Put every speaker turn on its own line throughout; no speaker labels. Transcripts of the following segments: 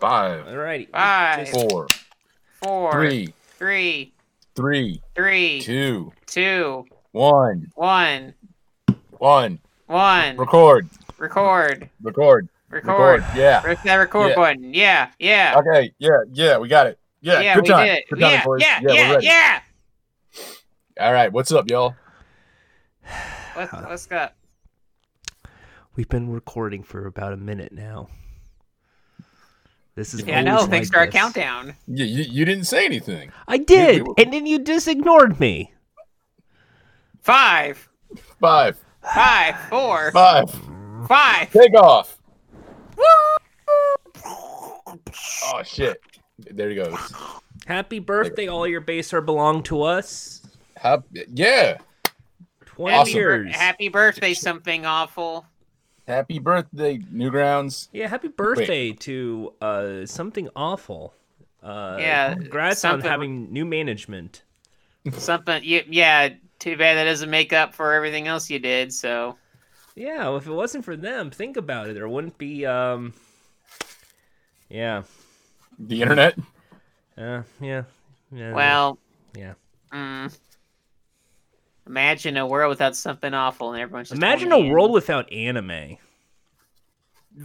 Five,
Alrighty.
Five,
Just-
four,
four,
three,
three,
three,
three,
two,
two,
one,
one,
one.
one.
Record,
Record.
record, record.
Record.
Yeah.
Press that record
Yeah.
button. Yeah. Yeah.
Okay. Yeah. Yeah. We got it. Yeah.
yeah,
good
we
time.
did it.
Good time
yeah,
for us.
yeah,
yeah.
yeah,
We're ready.
yeah.
All right. What's up, y'all?
Let's let's go.
We've been recording for about a minute now. This is
Yeah, I know.
always
Thanks
like
to our
this.
countdown.
You, you, you didn't say anything.
I did,
were-
and then you just ignored me.
Five,
Five,
five, four,
five.
five.
Take off. Oh shit! There he goes.
Happy birthday! All your base are belong to us.
Hap- yeah.
Twenty
Happy,
Awesome.
bir-
years.
happy birthday, something awful.
Happy birthday, Newgrounds.
Yeah, happy birthday to uh, something awful. Uh,
Yeah,
congrats
something-
on having new management.
Something. You, yeah. Too bad that doesn't make up for everything else you did. So
Yeah, well, if it wasn't for them, think about it. There wouldn't be. Um, yeah,
The internet.
uh, yeah, yeah.
well.
Yeah.
Mm, imagine a world without something awful, and everyone's just
imagine a
going in.
world without anime.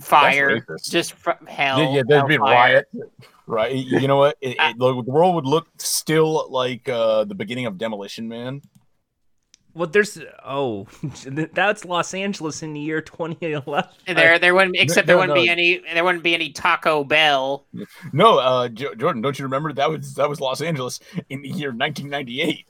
fire,
racist.
just fr- hell.
yeah, yeah, there'd be
hellfire.
riot, right? You know what? It,
I-
it, look, the world would look still like uh, the beginning of Demolition Man.
Well, there's oh, that's Los Angeles in the year 2011.
And There, there wouldn't, except there
no,
wouldn't
no.
be any, there wouldn't be any Taco Bell.
No, uh, jo- Jordan, don't you remember that was that was Los Angeles in the year 1998?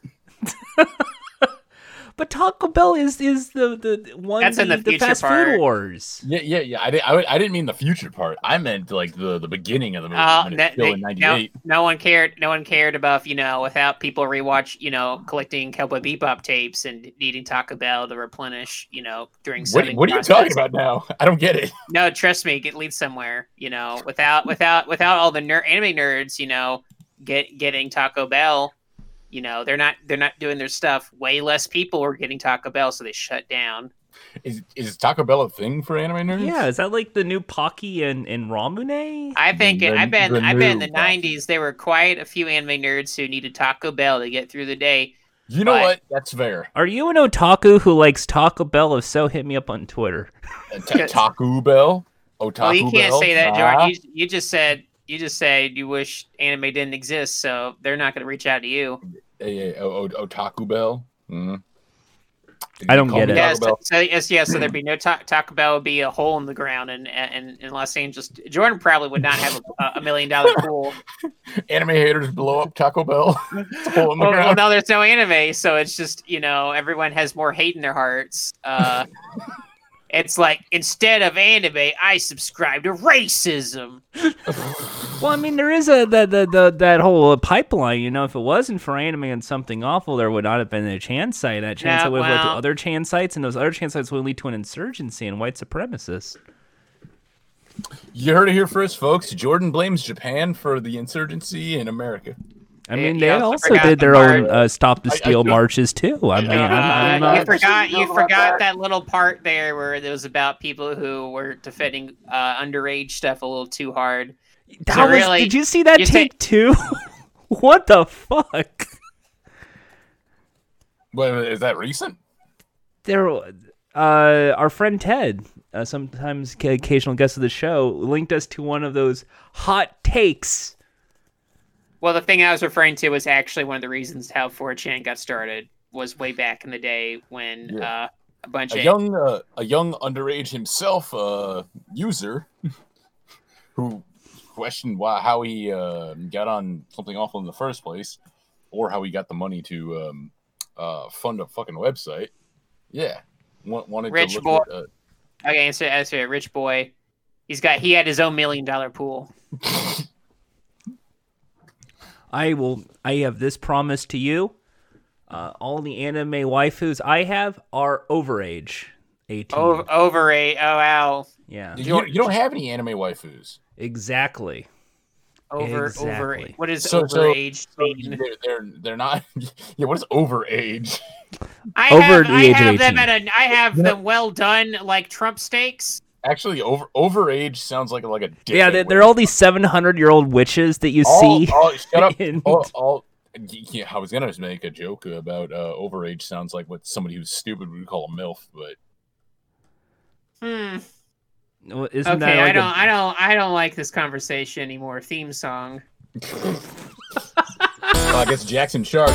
But Taco Bell is is the the the one
That's in the future
fast
part.
food wars.
Yeah, yeah, yeah. I, di- I, would- I didn't mean the future part. I meant like the the beginning of the movie
Uh,
when it's
that-
still
they-
in
no,
'98.
no one cared. No one cared about you know without people rewatch you know collecting Cowboy Bebop tapes and needing Taco Bell to replenish you know during.
What,
subbing
what are you
process.
talking about now? I don't get it.
No, trust me, it leads somewhere. You know, without without without all the ner- anime nerds, you know, get getting Taco Bell. You know, they're not they're not doing their stuff. Way less people were getting Taco Bell, so they shut down.
Is is Taco Bell a thing for anime nerds?
Yeah, is that like the new Pocky and and Ramune?
I think it, I
The-
bet
the
I bet in
new
the
Taco.
'90s there were quite a few anime nerds who needed Taco Bell to get through the day.
You know
Right.
what? That's fair.
Are you an otaku who likes Taco Bell? If so, hit me up on Twitter.
Uh, Ta- Taco Bell. Oh, Taco
well, you can't
Bell?
say that,
Nah.
Jordan. You, you just said you just said you wish anime didn't exist, so they're not going to reach out to you.
Hey, hey, oh, oh, oh, Taco Bell. Mm.
I don't
Call
get
me
it.
Taco
Yes,
Bell.
so yes, yes. So there'd be no ta- Taco Bell. Would be a hole in the ground, and and in Los Angeles, Jordan probably would not have a, a million dollar pool.
Anime haters blow up Taco Bell. It's a hole in the
Well, well,
ground.
now there's no anime, so it's just you know everyone has more hate in their hearts. Uh, it's like instead of anime, I subscribe to racism.
Well, I mean, there is a the, the, the that whole uh, pipeline. You know, if it wasn't for anime and something awful, there would not have been a Chan site. That Chan
Yeah,
site would have led to
well-
other Chan sites, and those other Chan sites would lead to an insurgency and white supremacists.
You heard it here first, folks. Jordan blames Japan for the insurgency in America.
I
Yeah,
mean,
Eh, you
they
also
also
forgot
did
the
their own
part-
uh, stop the
I- I
steal
don't-
marches too. I mean, I'm, I'm
Uh, you
not.
forgot you
Go
forgot
back.
that little part there where it was about people who were defending uh, underage stuff a little too hard.
That
so
was-
really,
did you see that
you
take two? what the fuck?
Well, is that recent?
There, uh, our friend Ted, uh, sometimes ca- occasional guest of the show, linked us to one of those hot takes.
Well, the thing I was referring to was actually one of the reasons how 4chan got started was way back in the day when uh, a bunch
A
of
young, uh, a young underage himself uh, user who questioned why how he uh, got on something awful in the first place, or how he got the money to um, uh, fund a fucking website. Yeah, Wa- wanted
Rich
to look At,
boy.
uh,
okay, answer answer it, rich boy. He's got he had his own million dollar pool.
I will. I have this promise to you. Uh, all the anime waifus I have are overage, eighteen.
Over, over a oh wow
yeah,
you, you don't have any anime waifus.
exactly.
over over
Exactly.
what is
So- so-
overage
So
mean?
they're, they're they're not. Yeah, what is overage?
I
Over
have,
the
I
age of
have them
18.
at a I have them well done like Trump steaks.
Actually, over overage sounds like like a dick
yeah, they're, they're all these seven hundred year old witches that
Oh,
you see.
shut up. Oh.
in-
All, all, yeah, I was gonna just make a joke about uh, overage sounds like what somebody who's stupid would call a milf, but
Hmm.
Well, Isn't
Okay,
that
I
like a-
don't, I I don't, I don't like this conversation anymore. Theme song.
well, I guess Jackson Shark.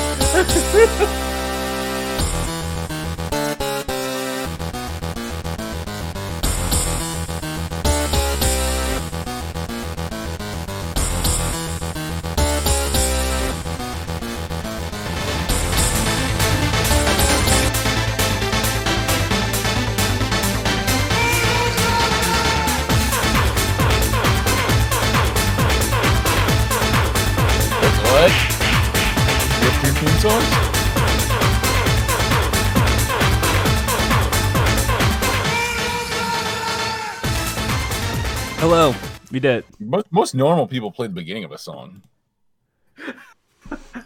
That's what? You have two theme songs?
Hello, we did. it.
Most, most normal people play the beginning of a song.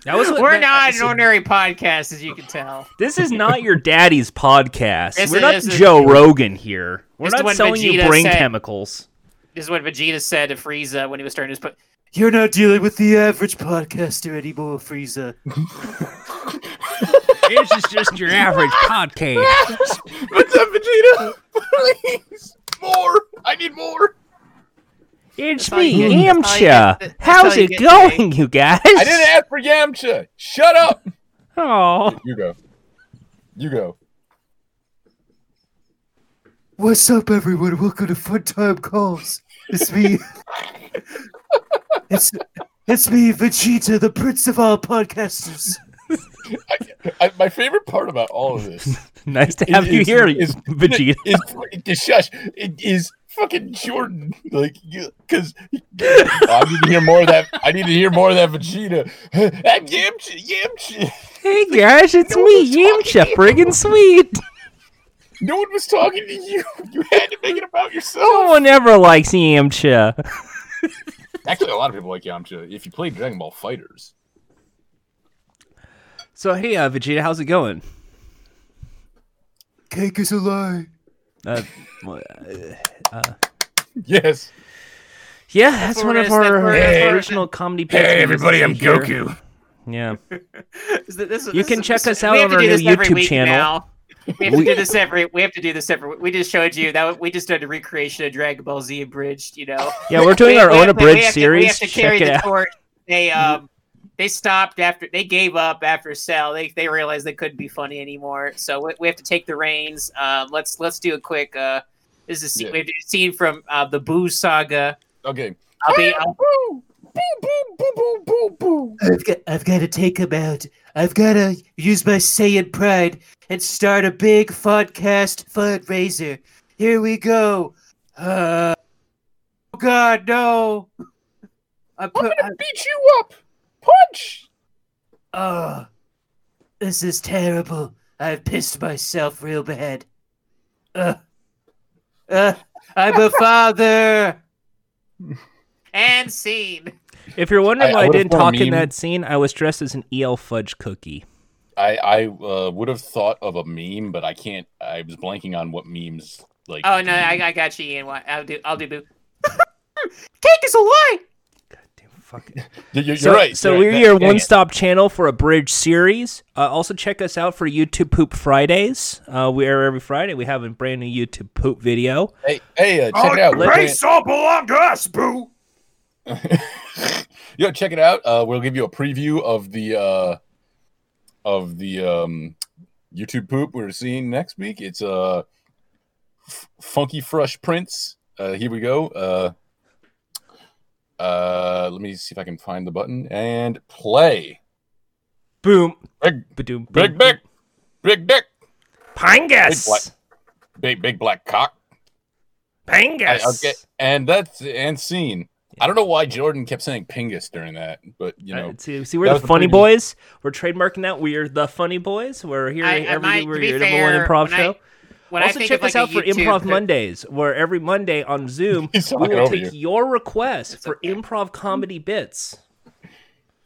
That was what-
We're
that-
not
this
an
is-
ordinary podcast, as you can tell.
This is not your daddy's podcast.
This
We're
is-
not
this is-
Joe Rogan here. We're
This is
not
what
selling you
Vegeta
brain
said.
chemicals.
This is what Vegeta said to Frieza when he was starting his. Po-
You're not dealing with the average podcaster anymore, Frieza.
this is just your average podcast.
What's up, Vegeta? Please! More! I need more!
It's
all you
me,
get- that's all you get-
Amcha.
that's
How's
all you
it
get today.
going, you guys?
I didn't ask for Yamcha! Shut up!
Oh,
You go. You go.
What's up, everyone? Welcome to Fun Time Calls. It's me. it's it's me, Vegeta, the prince of all podcasters.
I, my favorite part about all of this
nice to have
is-
you
is-
here,
is-
Vegeta.
is fucking- shush. It is fucking Jordan. Like, because I need to hear more of that. I need to hear more of that Vegeta. I'm Yamcha, Yamcha.
Hey guys, it's
No
me,
one's
Yamcha,
talking to you.
friggin' sweet.
No one was talking to you. You had to make it about
No
yourself.
one ever likes Yamcha.
Actually, a lot of people like Yamcha. If you play Dragon Ball Fighters,
So hey, uh, Vegeta, how's it going?
Cake is a lie.
Uh,
yes.
yeah, that's,
what
one
we're
of
gonna- that's what
our uh,
we're
gonna-
original comedy picks. we used to see here. Yeah.
Is that- this-
You
this
can
is-
check
this-
us out
we have
on
to
our
do
new
this every
YouTube
week
channel.
now. We have to
We-
do this every. We have to do this every. We just showed you that we just did a recreation of Dragon Ball Z abridged. You know,
Yeah, we're doing
We-
our
we
own
have to- we
abridged
have to- we
series.
have to carry
Check it
the
out.
torch. They um, they stopped after they gave up after Cell. They they realized they couldn't be funny anymore. So we, we have to take the reins. Um, let's let's do a quick. Uh, this is a scene,
Yeah.
we have to do a scene from uh, the Boo Saga.
Okay.
I'll be. I'll,
Boo, boo, boo, boo, boo, boo, boo.
I've got, I've got to take him out. I've got to use my Saiyan pride and start a big podcast fundraiser. Here we go. Uh, oh God, no! I
I'm
put. I,
gonna beat you up. Punch.
oh, this is terrible. I've pissed myself real bad. Uh, uh, I'm a father.
and scene.
If you're wondering
I- I
why I,
would've
didn't
thought a
talk in
meme-
that scene, I was dressed as an EL fudge cookie.
I I uh, would have thought of a meme, but I can't. I was blanking on what memes like.
Uh,
Oh no, I, I got you, Ian. What- I'll do. I'll do Boo. Cake is a lie.
Damn, fuck.
You're, you're
so,
right.
So
you're
we're
right.
your
Dang it.
one-stop channel for a bridge series. Uh, also check us out for YouTube Poop Fridays. Uh, we are every Friday. We have a brand new YouTube poop video.
Hey, hey, uh,
Oh,
check it out. We're
let's-
bringing-
all belong to us, boo.
Yo, check it out. Uh, we'll give you a preview of the uh, of the um, YouTube poop we're seeing next week. It's uh, F- Funky Fresh Prince. Uh, here we go. Uh, uh, let me see if I can find the button and play.
Boom.
Big,
Ba-doom, boom.
big, big, big dick, Big black-
Pangas.
big, big black cock. I-
Pangas.
okay, and that's and scene. I don't know why Jordan kept saying pingus during that, but you know,
Uh, see, see,
that
we're
was
the
the
funny
preview.
boys. We're trademarking that. We are the funny boys. We're here
I- I
every
might-
we're
to be
your number one
fair,
improv
when I-
show.
When
also
I think
check
of, like,
us out
a
for
YouTube
Improv
clip-
Mondays, where every Monday on Zoom
He's
we
talking
will
over
take
you.
your requests for
okay.
improv comedy bits.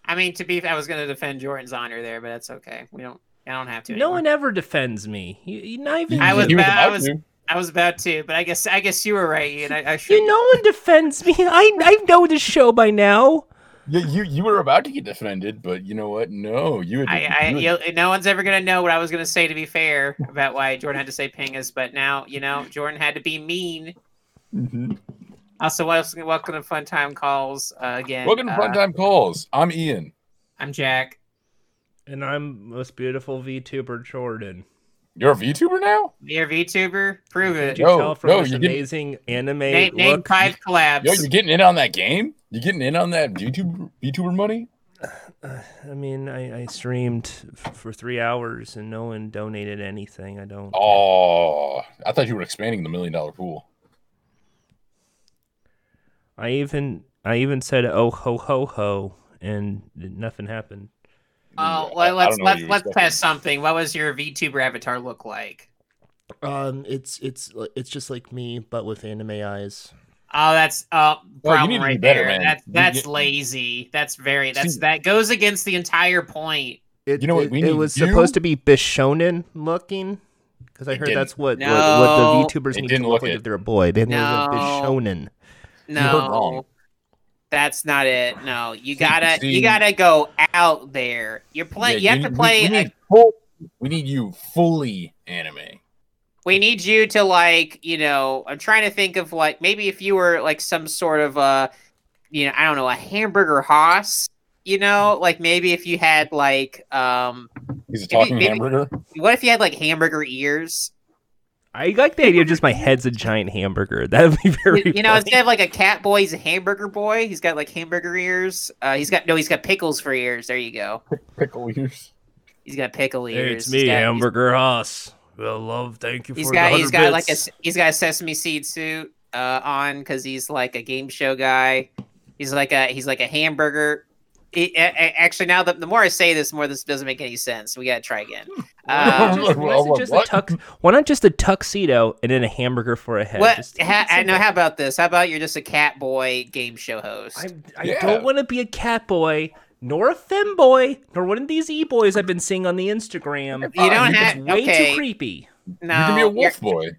I mean, to be, I was going to defend Jordan's honor there, but that's okay. We don't, I don't have to.
No
anymore.
one ever defends me. You, you not even.
I was
he was
about- I
about
was-
to.
I was about to, but I guess I guess you were right, Ian. I, I should.
You no one defends me. I I know the show by now.
You, you you were about to get defended, but you know what? No, you. Had,
I, I
you had-
you, no one's ever gonna know what I was gonna say. To be fair about why Jordan had to say Pingas, but now you know Jordan had to be mean.
Mhm.
Also, welcome, welcome to Fun Time Calls uh, again.
Welcome to
Uh,
Fun Time Calls. I'm Ian.
I'm Jack.
And I'm most beautiful VTuber Jordan.
You're a VTuber now?
You're a VTuber. Prove it.
Did you
No,
tell from
no,
this
you didn't-
amazing anime
Name, name
look?
five collabs.
Yo, you're getting in on that game? You getting in on that VTuber, VTuber money?
Uh, I mean, I, I streamed f- for three hours and no one donated anything. I don't.
Oh, I thought you were expanding the million dollar pool.
I even I even said oh ho ho ho and nothing happened.
Oh,
I- I
well, let's
don't know what
let's
you
let's
expected.
test something. What was your VTuber avatar look like?
Um, it's it's li- it's just like me, but with anime eyes.
Oh, that's uh
Well, you
problem
need to do
right
better,
there.
man.
That's
You
that's
get-
lazy. That's very that's
See-
that goes against the entire point.
It,
You know what
It,
we
it
need?
was
You-
supposed to be Bishonen looking, because I
It
heard
didn't.
that's what,
No.
what what the VTubers
It
need to
didn't
look
look
like
it.
if they're a boy. They
No.
have to look like Bishonen.
heard
No.
wrong.
That's not it. No. You gotta
see-
you gotta go out there. You're playing
Yeah,
you have to
need-
play
We,
a-
we, need full, we need you fully anime.
we need you to like you know i'm trying to think of like maybe if you were like some sort of uh you know i don't know a hamburger hoss you know like maybe if you had like um
He's a
Maybe-
talking
maybe-
hamburger.
what if you had like hamburger ears
I like the idea of just my head's a giant hamburger. That would be very.
you, you know
funny.
instead of like a cat boy he's a hamburger boy he's got like hamburger ears uh he's got no he's got pickles for ears there you go
Pickle ears.
he's got pickle ears
Hey, it's
He's
me,
got-
Hamburger Haas. Well, love, thank you
he's
for
got
the
he's
100
got like a
bits.
s- he's got a sesame seed suit uh, on because he's like a game show guy. He's like a he's like a hamburger. He- a- a- actually, now the, the more I say this, the more this doesn't make any sense. We gotta try again.
Why
Um,
not just- why is it just a
What?
tux- why not just a tuxedo and then a hamburger for a head?
what?
Just keep
Ha,
it
I know.
simple.
How about this? How about you're just a cat boy game show host?
I'm, I
Yeah.
don't want to be a cat boy, nor a femboy, nor one of these e boys I've been seeing on the Instagram.
you don't
you
have
It's way
okay.
too creepy.
no,
you can be a
you're-
wolf boy.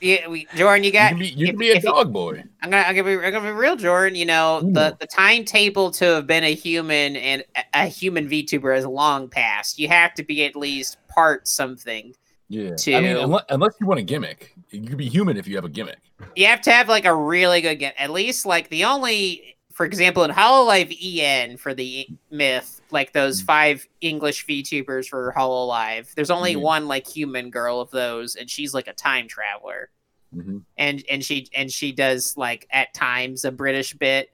Yeah, we, Jordan, you
You
got.
can be, you
if-
can be a
if you-
dog boy.
I'm gonna, I'm gonna be, I'm gonna be real, Jordan. You know, the, the timetable to have been a human and a, a human VTuber is long past. You have to be at least part something.
Yeah.
Two.
I mean, unless, unless you want a gimmick, you can be human if you have a gimmick.
You have to have like a really good game. At least like the only, for example, in Hololive EN for the myth, like those
Mm.
five English VTubers for Hololive. There's only
Mhm.
one like human girl of those, and she's like a time traveler.
Mm-hmm.
and and she and she does like at times a British bit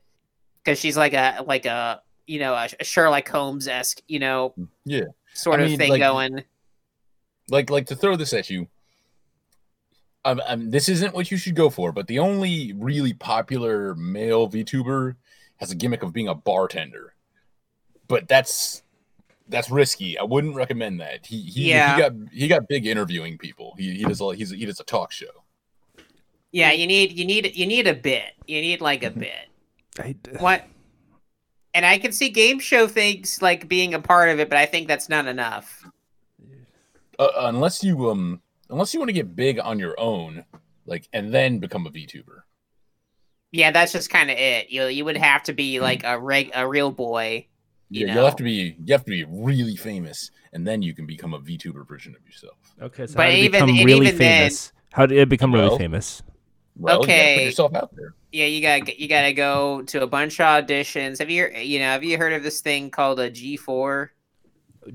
because she's like a like a you know a, a Sherlock Holmes esque you know
Yeah.
sort
I
of
mean,
thing
like-
going.
Like like to throw this at you. Um, um, this isn't what you should go for, but the only really popular male VTuber has a gimmick of being a bartender. But that's that's risky. I wouldn't recommend that. He he,
Yeah.
he got he got big interviewing people. He he does all he's he does a talk show.
Yeah, you need you need you need a bit. You need like
Mm-hmm.
a bit.
I,
What? And I can see game show things like being a part of it, but I think that's not enough.
Uh, unless you um unless you want to get big on your own, like and then become a VTuber.
Yeah, that's just kind of it. You you would have to
Mm-hmm.
be like a reg a real boy. You
yeah,
know.
you'll have to be you have to be really famous, and then you can become a VTuber version of yourself.
okay, so
But
how did it
even-
become
and
really
even then-
famous? how did it become really
Well,
famous?
Well, you gotta
Okay.
put yourself out there.
Yeah, you got you got to go to a bunch of auditions. Have you you know have you heard of this thing called a G four?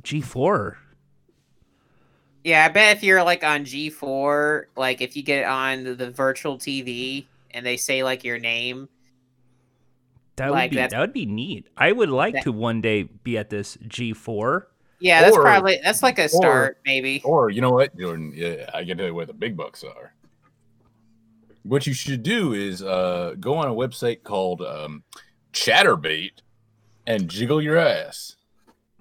G four.
Yeah, I bet if you're like on G4, like if you get on the, the virtual TV and they say like your name,
That
Like,
would be
that's-
that would be neat. I would like
That-
to one day be at this G four.
yeah, that's
Or-
probably that's like a start maybe.
Or you know what, Jordan? Yeah, I can tell you where the big bucks are. What you should do is uh, go on a website called um, Chatterbait and jiggle your ass.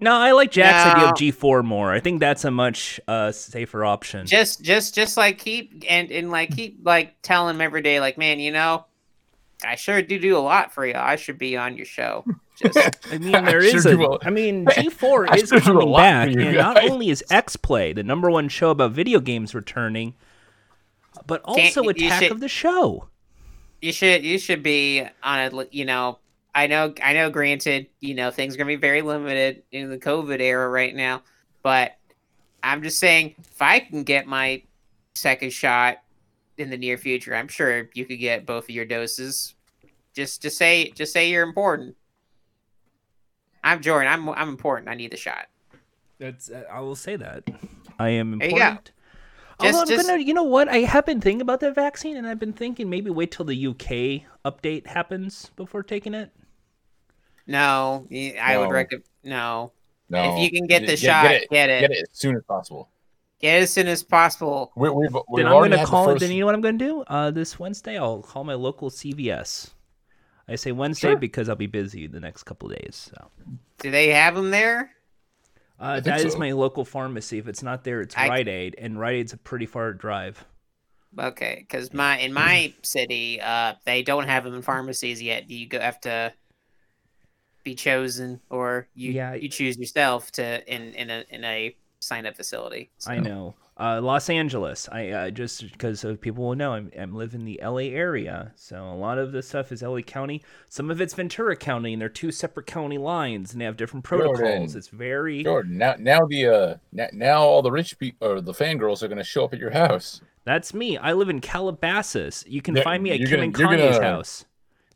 No, I like Jack's idea
No.
of G four more. I think that's a much uh, safer option.
Just just just like keep and and like keep like telling them every day like, "Man, you know, I sure do do a lot for you. I should be on your show." Just
I mean, there
I sure
is.
do
a-
a-
I mean,
I
G4
sure
is
do a lot
coming
for
back,
you
and not
guys.
only is X Play the number one show about video games returning, but also
you
Attack
say-
of the Show.
you should you should be on a li- you know I know I know. Granted, you know things are gonna be very limited in the COVID era right now, but I'm just saying if I can get my second shot in the near future, I'm sure you could get both of your doses. Just just say just say you're important. I'm Jordan. I'm I'm important. I need the shot.
That's.
uh,
I will say that I am
There you go.
important.
Just-
Although I'm
just-
gonna, you know what? I have been thinking about that vaccine, and I've been thinking maybe wait till the UK update happens before taking it.
No, y- I would
No.
recommend no.
No,
If you can get the
Get-
shot,
get it,
get it.
get it as soon as possible.
Get it as soon as possible.
We, we've we've
then I'm
already
gonna
had
call.
the first.
Then you know what I'm gonna do? Uh, this Wednesday, I'll call my local CVS. I say Wednesday
Sure.
because I'll be busy the next couple of days. So
Do they have them there?
uh,
think
that is
so.
my local pharmacy. If it's not there, it's
I-
Rite Aid, and Rite Aid's a pretty far drive.
Okay, because my in my city, uh, they don't have them in pharmacies yet. You go have to be chosen, or you
Yeah.
you choose yourself to in in a in a sign up facility.
I know. Uh, Los Angeles. I uh, just because so people will know I'm, I'm live in the LA area, so a lot of this stuff is LA County. Some of it's Ventura County, and they're two separate county lines, and they have different protocols.
Jordan.
It's very
Jordan, now now the uh now, now all the rich people or the fangirls are gonna show up at your house.
That's me. I live in Calabasas. You can
Yeah,
find me at
you're
Kim
gonna-
and
you're
Kanye's
gonna-
house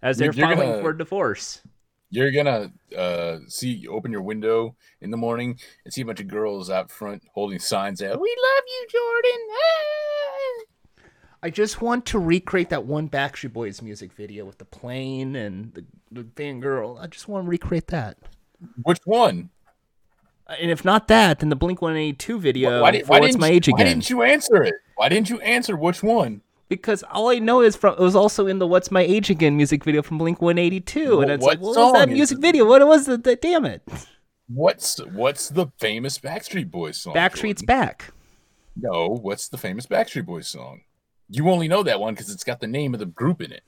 as they're
you're- you're
filing
gonna-
for divorce.
You're gonna uh see you open your window in the morning and see a bunch of girls out front holding signs out. We love you, Jordan. Ah!"
I just want to recreate that one Backstreet Boys music video with the plane and the, the fangirl. I just want to recreate that.
Which one?
Uh, And if not that, then the Blink 182 video
di-
for What's Oh, My
you-
Age
why
Again.
didn't you answer it? Why didn't you answer which one?
Because all I know is from it was also in the What's My Age Again music video from Blink 182. and
Wh-
it's
what
like, what was that
song is
music
it? Oh,
video? What was it? Th- Damn it.
What's what's the famous Backstreet Boys song?
Backstreet's
Jordan?
back.
No, what's the famous Backstreet Boys song? You only know that one because it's got the name of the group in it.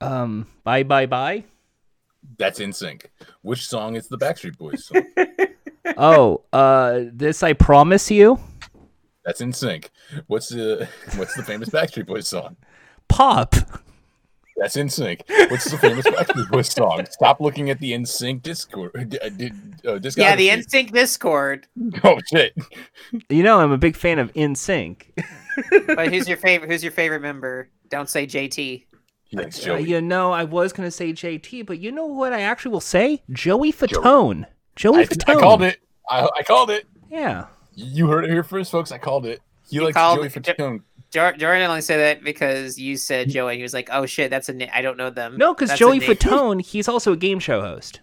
Um, bye, bye, bye.
That's in sync. Which song is the Backstreet Boys song?
oh, uh, this I promise you.
That's in sync. What's the what's the famous Backstreet Boys song?
Pop.
That's in sync. What's the famous Backstreet Boys song? Stop looking at the in sync Discord. Uh, di- uh, discography.
Yeah, the NSYNC Discord.
Oh shit!
You know, I'm a big fan of In Sync.
But who's your favorite? Who's your favorite member? Don't say JT.
He likes
Uh,
Joey.
you know, I was gonna say JT, but you know what I actually will say? Joey Fatone.
I,
Joey
I
Fatone.
called it. I, I called it.
Yeah.
You heard it here first, folks. I called it. He, likes
called
Joey
it-
Fatone.
Jor- Jordan only said that because you said Joey. He was like, "Oh shit, that's a na- I don't know them."
No, because
That's a
Joey
name."
Fatone, he's also a game show host.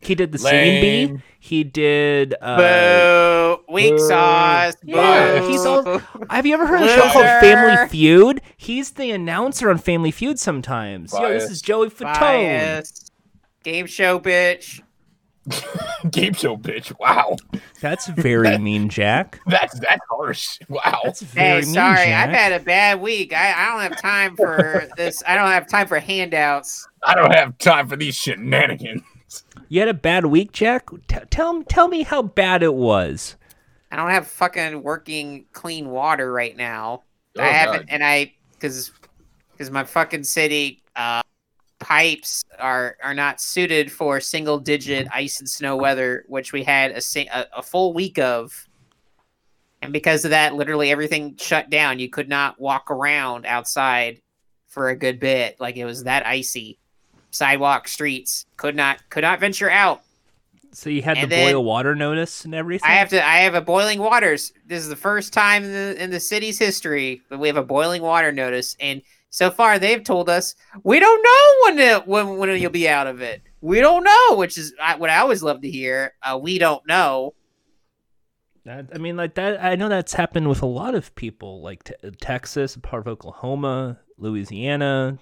He did the singing bee.
Lame.
He did. Uh,
Boo! Weak
Boo.
sauce.
Yeah,
Boo.
he's all- have you ever heard of a show called
Loser.
Family Feud? He's the announcer on Family Feud sometimes. Yo, this is
Biased.
Joey Fatone.
biased. Game show, bitch.
Game show bitch. Wow,
That's very mean, Jack.
that's that's harsh. Wow.
That's very
Hey,
mean,
sorry,
Jack.
I've had a bad week. I, I don't have time for this. I don't have time for handouts.
I don't have time for these shenanigans.
You had a bad week, Jack. T- tell tell me how bad it was.
I don't have fucking working clean water right now.
Oh,
I
God.
haven't, and I because because my fucking city uh, pipes are are not suited for single digit ice and snow weather, which we had a si- a, a full week of. And because of that, literally everything shut down. You could not walk around outside for a good bit. Like it was that icy. Sidewalk, streets, could not could not venture out.
So you had
And
the
then-
boil water notice and everything.
I have to. I have a boiling waters. This is the first time in the, in the city's history that we have a boiling water notice, and so far they've told us we don't know when to, when when you'll be out of it. We don't know, which is I, what I always love to hear. Uh, we don't know.
That, I mean, like that. I know that's happened with a lot of people, like t- Texas, part of Oklahoma, Louisiana.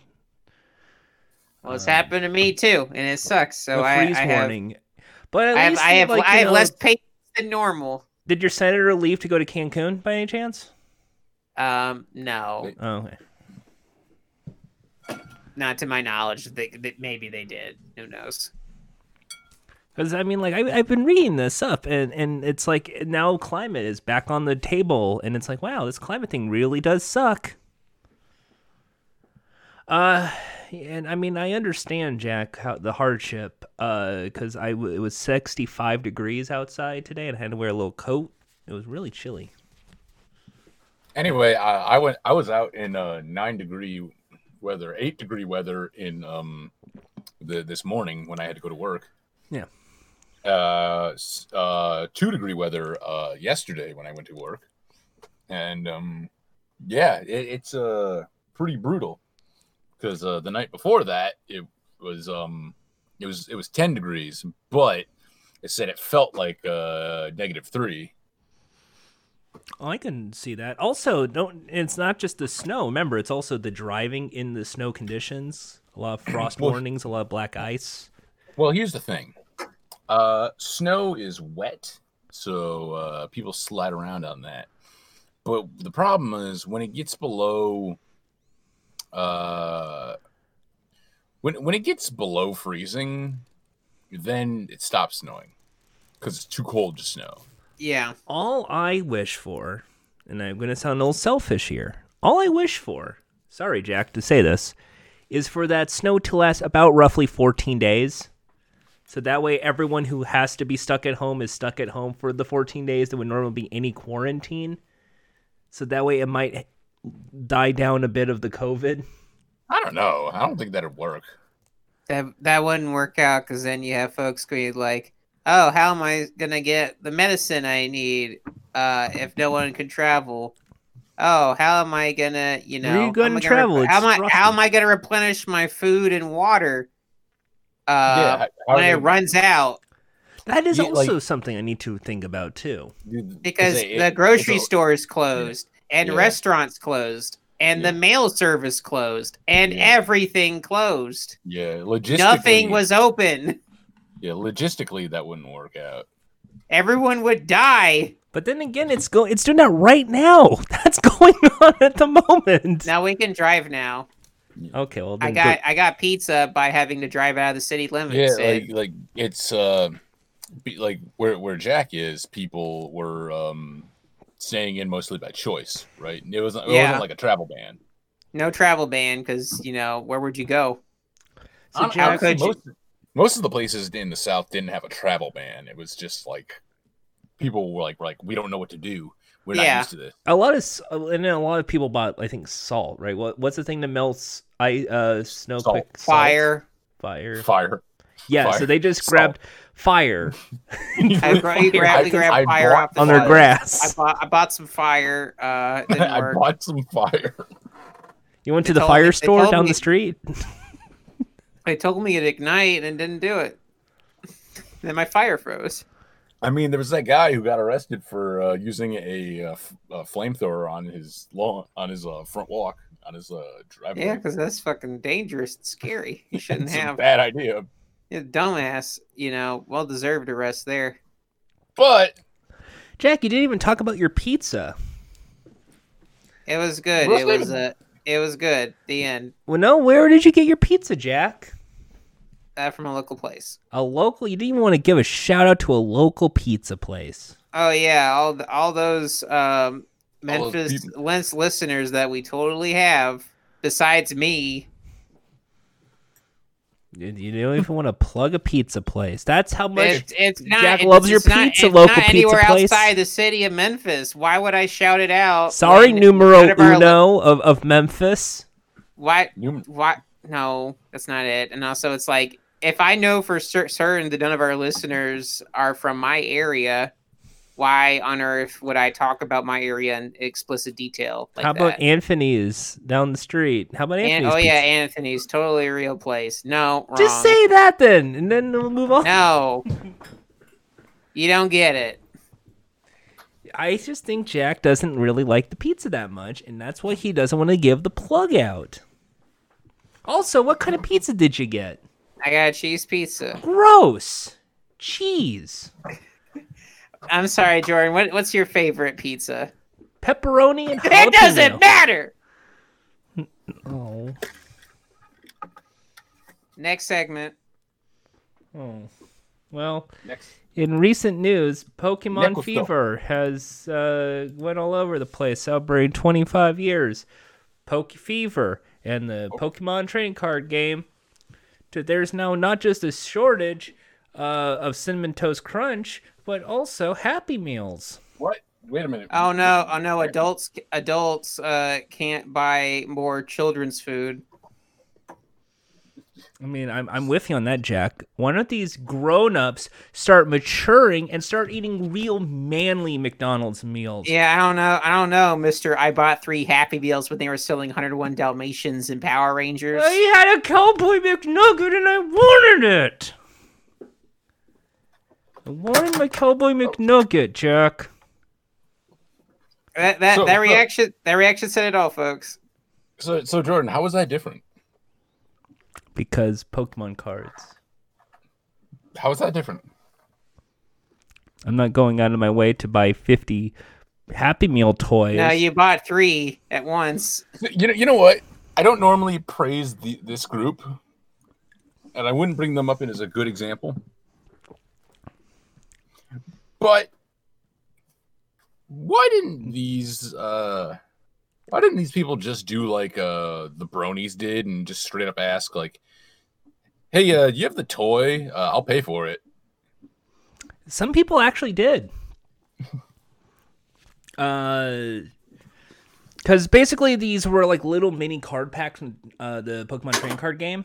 Well, it's
Um,
happened to me too, and it sucks. So
the
I, I
freeze
have,
warning. but at
I have,
least,
I have,
like,
I
you
have
know,
less patience than normal.
Did your senator leave to go to Cancun by any chance?
Um, no,
Wait.
Oh, okay.
Not to my knowledge. They, that maybe they did. Who knows?
Because I mean, like I, I've been reading this up, and and it's like now climate is back on the table, and it's like wow, this climate thing really does suck. Uh, and I mean, I understand Jack how the hardship. Uh, because I w- it was sixty five degrees outside today, and I had to wear a little coat. It was really chilly.
Anyway, I, I went. I was out in uh, nine degree weather, eight degree weather in um the this morning when I had to go to work.
Yeah.
Uh, s- uh, two degree weather uh yesterday when I went to work, and um, yeah, it, it's uh pretty brutal because uh, the night before that it was um it was it was ten degrees, but it said it felt like uh negative three.
Oh, I can see that. Also, don't. It's not just the snow. Remember, it's also the driving in the snow conditions. A lot of frost
Well-
warnings. A lot of black ice.
Well, here's the thing. Uh, snow is wet, so uh, people slide around on that. But the problem is when it gets below, uh, when when it gets below freezing, then it stops snowing because it's too cold to snow.
Yeah.
all I wish for, and I'm going to sound a little selfish here, all I wish for, sorry, Jack, to say this, is for that snow to last about roughly 14 days. So that way, everyone who has to be stuck at home is stuck at home for the 14 days that would normally be any quarantine. So that way, it might die down a bit of the COVID.
I don't know. I don't think that'd work.
That that wouldn't work out because then you have folks be like, "Oh, how am I gonna get the medicine I need uh, if no one can travel? Oh, how am I gonna, you know,
Where are you
how
gonna
am I gonna
travel?
rep- how
It's
am I how
rough.
am I gonna replenish my food and water uh,
yeah, how- how
when it
they-
runs out?"
That is
Yeah, like-
also something I need to think about, too.
dude,
because
they-
the
it-
grocery
it's a-
store is closed and
Yeah.
restaurants closed and the mail service closed and
Yeah.
everything closed.
Yeah, logistically,
Nothing was open.
Yeah, logistically, that wouldn't work out.
Everyone would die.
But then again, it's go it's doing that right now. That's going on at the moment.
Now we can drive now.
Okay, well,
I
then
got I got pizza by having to drive out of the city
yeah
limits.
like
and-
like it's uh be- like where where jack is people were um staying in mostly by choice right it wasn't, it
Yeah.
wasn't like a travel ban
no travel ban because you know where would you go?
So
Hon-
Jack-
honestly,
How could you-
most, most of the places in the south didn't have a travel ban it was just like people were like were like we don't know what to do we're not
Yeah.
used to this
a lot of s- uh, and a lot of people bought i think salt right what, what's the thing that melts i uh snow
Salt.
quick salt?
Fire.
fire
fire
yeah so
Fire.
they just
Salt.
grabbed fire
I gra- you grabbed,
I-
grabbed
I
fire
bought-
off the
on their
side. I
grass
bought I bought some fire. Uh, didn't
i
work.
bought some fire
you went to
They
the
told-
fire
they
store
told
down
me-
the street
They told me it ignite and didn't do it. then my fire froze.
i mean there was that guy who got arrested for uh, using a, uh, f- a flamethrower on his lawn on his uh, front walk on his uh, driveway
Yeah, because that's fucking dangerous and scary. You shouldn't
It's a
have.
bad idea.
Yeah, dumbass, you know, well deserved arrest there.
But
jack you didn't even talk about your pizza
It was good.
Well,
It
wait a
was uh,
minute.
it was good. The end.
well no where did you get your pizza jack
Uh, from a local place.
a local you didn't even want to give a shout out to a local pizza place
Oh yeah, all th- all those um,
All those
Memphis
people.
Lens listeners that we totally have. Besides me,
you, you don't even want to plug a pizza place that's how much
it's, it's not.
Jack
it's-
loves your
it's not-
pizza,
it's
local
not
pizza
anywhere
place.
outside the city of Memphis. Why would I shout it out?
sorry
when
numero
none of our li-
uno of, of memphis
Why
you,
why no that's not it and also it's like if i know for cer- certain that none of our listeners are from my area why on earth would i talk about my area in explicit detail like
how about
that?
Anthony's down the street? How about
An-
Anthony's?
oh yeah
pizza?
anthony's totally a real place no wrong.
Just say that then, and then we'll move on.
no you don't get it
I just think Jack doesn't really like the pizza that much, and that's why he doesn't want to give the plug out. Also, what kind of pizza did you get?
i got a cheese pizza
Gross. Cheese.
i'm sorry jordan what, what's your favorite pizza
Pepperoni and jalapeno.
it doesn't matter
Oh.
Next segment.
Oh. Well,
Next.
in recent news, Pokemon
Neck with the-
fever has uh, went all over the place, celebrating 25 years. Poke fever and the Pokemon trading card game. To- There's now not just a shortage uh, of cinnamon toast crunch, but also Happy Meals.
What? Wait a minute.
Oh no! Oh no! Adults, adults uh, can't buy more children's food.
I mean, I'm, I'm with you on that, Jack. Why don't these grown ups start maturing and start eating real manly McDonald's meals?
Yeah, I don't know. I don't know, Mister. I bought three Happy Meals when they were selling 101 Dalmatians and Power Rangers.
I had a cowboy McNugget and I wanted it. I wanted my cowboy McNugget, Jack.
That that,
So,
that
look.
reaction, that reaction said it all, folks.
So, so Jordan, how was that different?
Because Pokemon cards.
How was that different?
I'm not going out of my way to buy 50 Happy Meal toys.
No, you bought three at once.
You know, you know what? I don't normally praise the, this group, and I wouldn't bring them up in as a good example. But why didn't these uh, why didn't these people just do like uh, the Bronies did and just straight up ask like, "Hey, uh, you have the toy? Uh, I'll pay for it."
Some people actually did. Because Uh, basically, these were like little mini card packs from uh, the Pokemon Train Card game,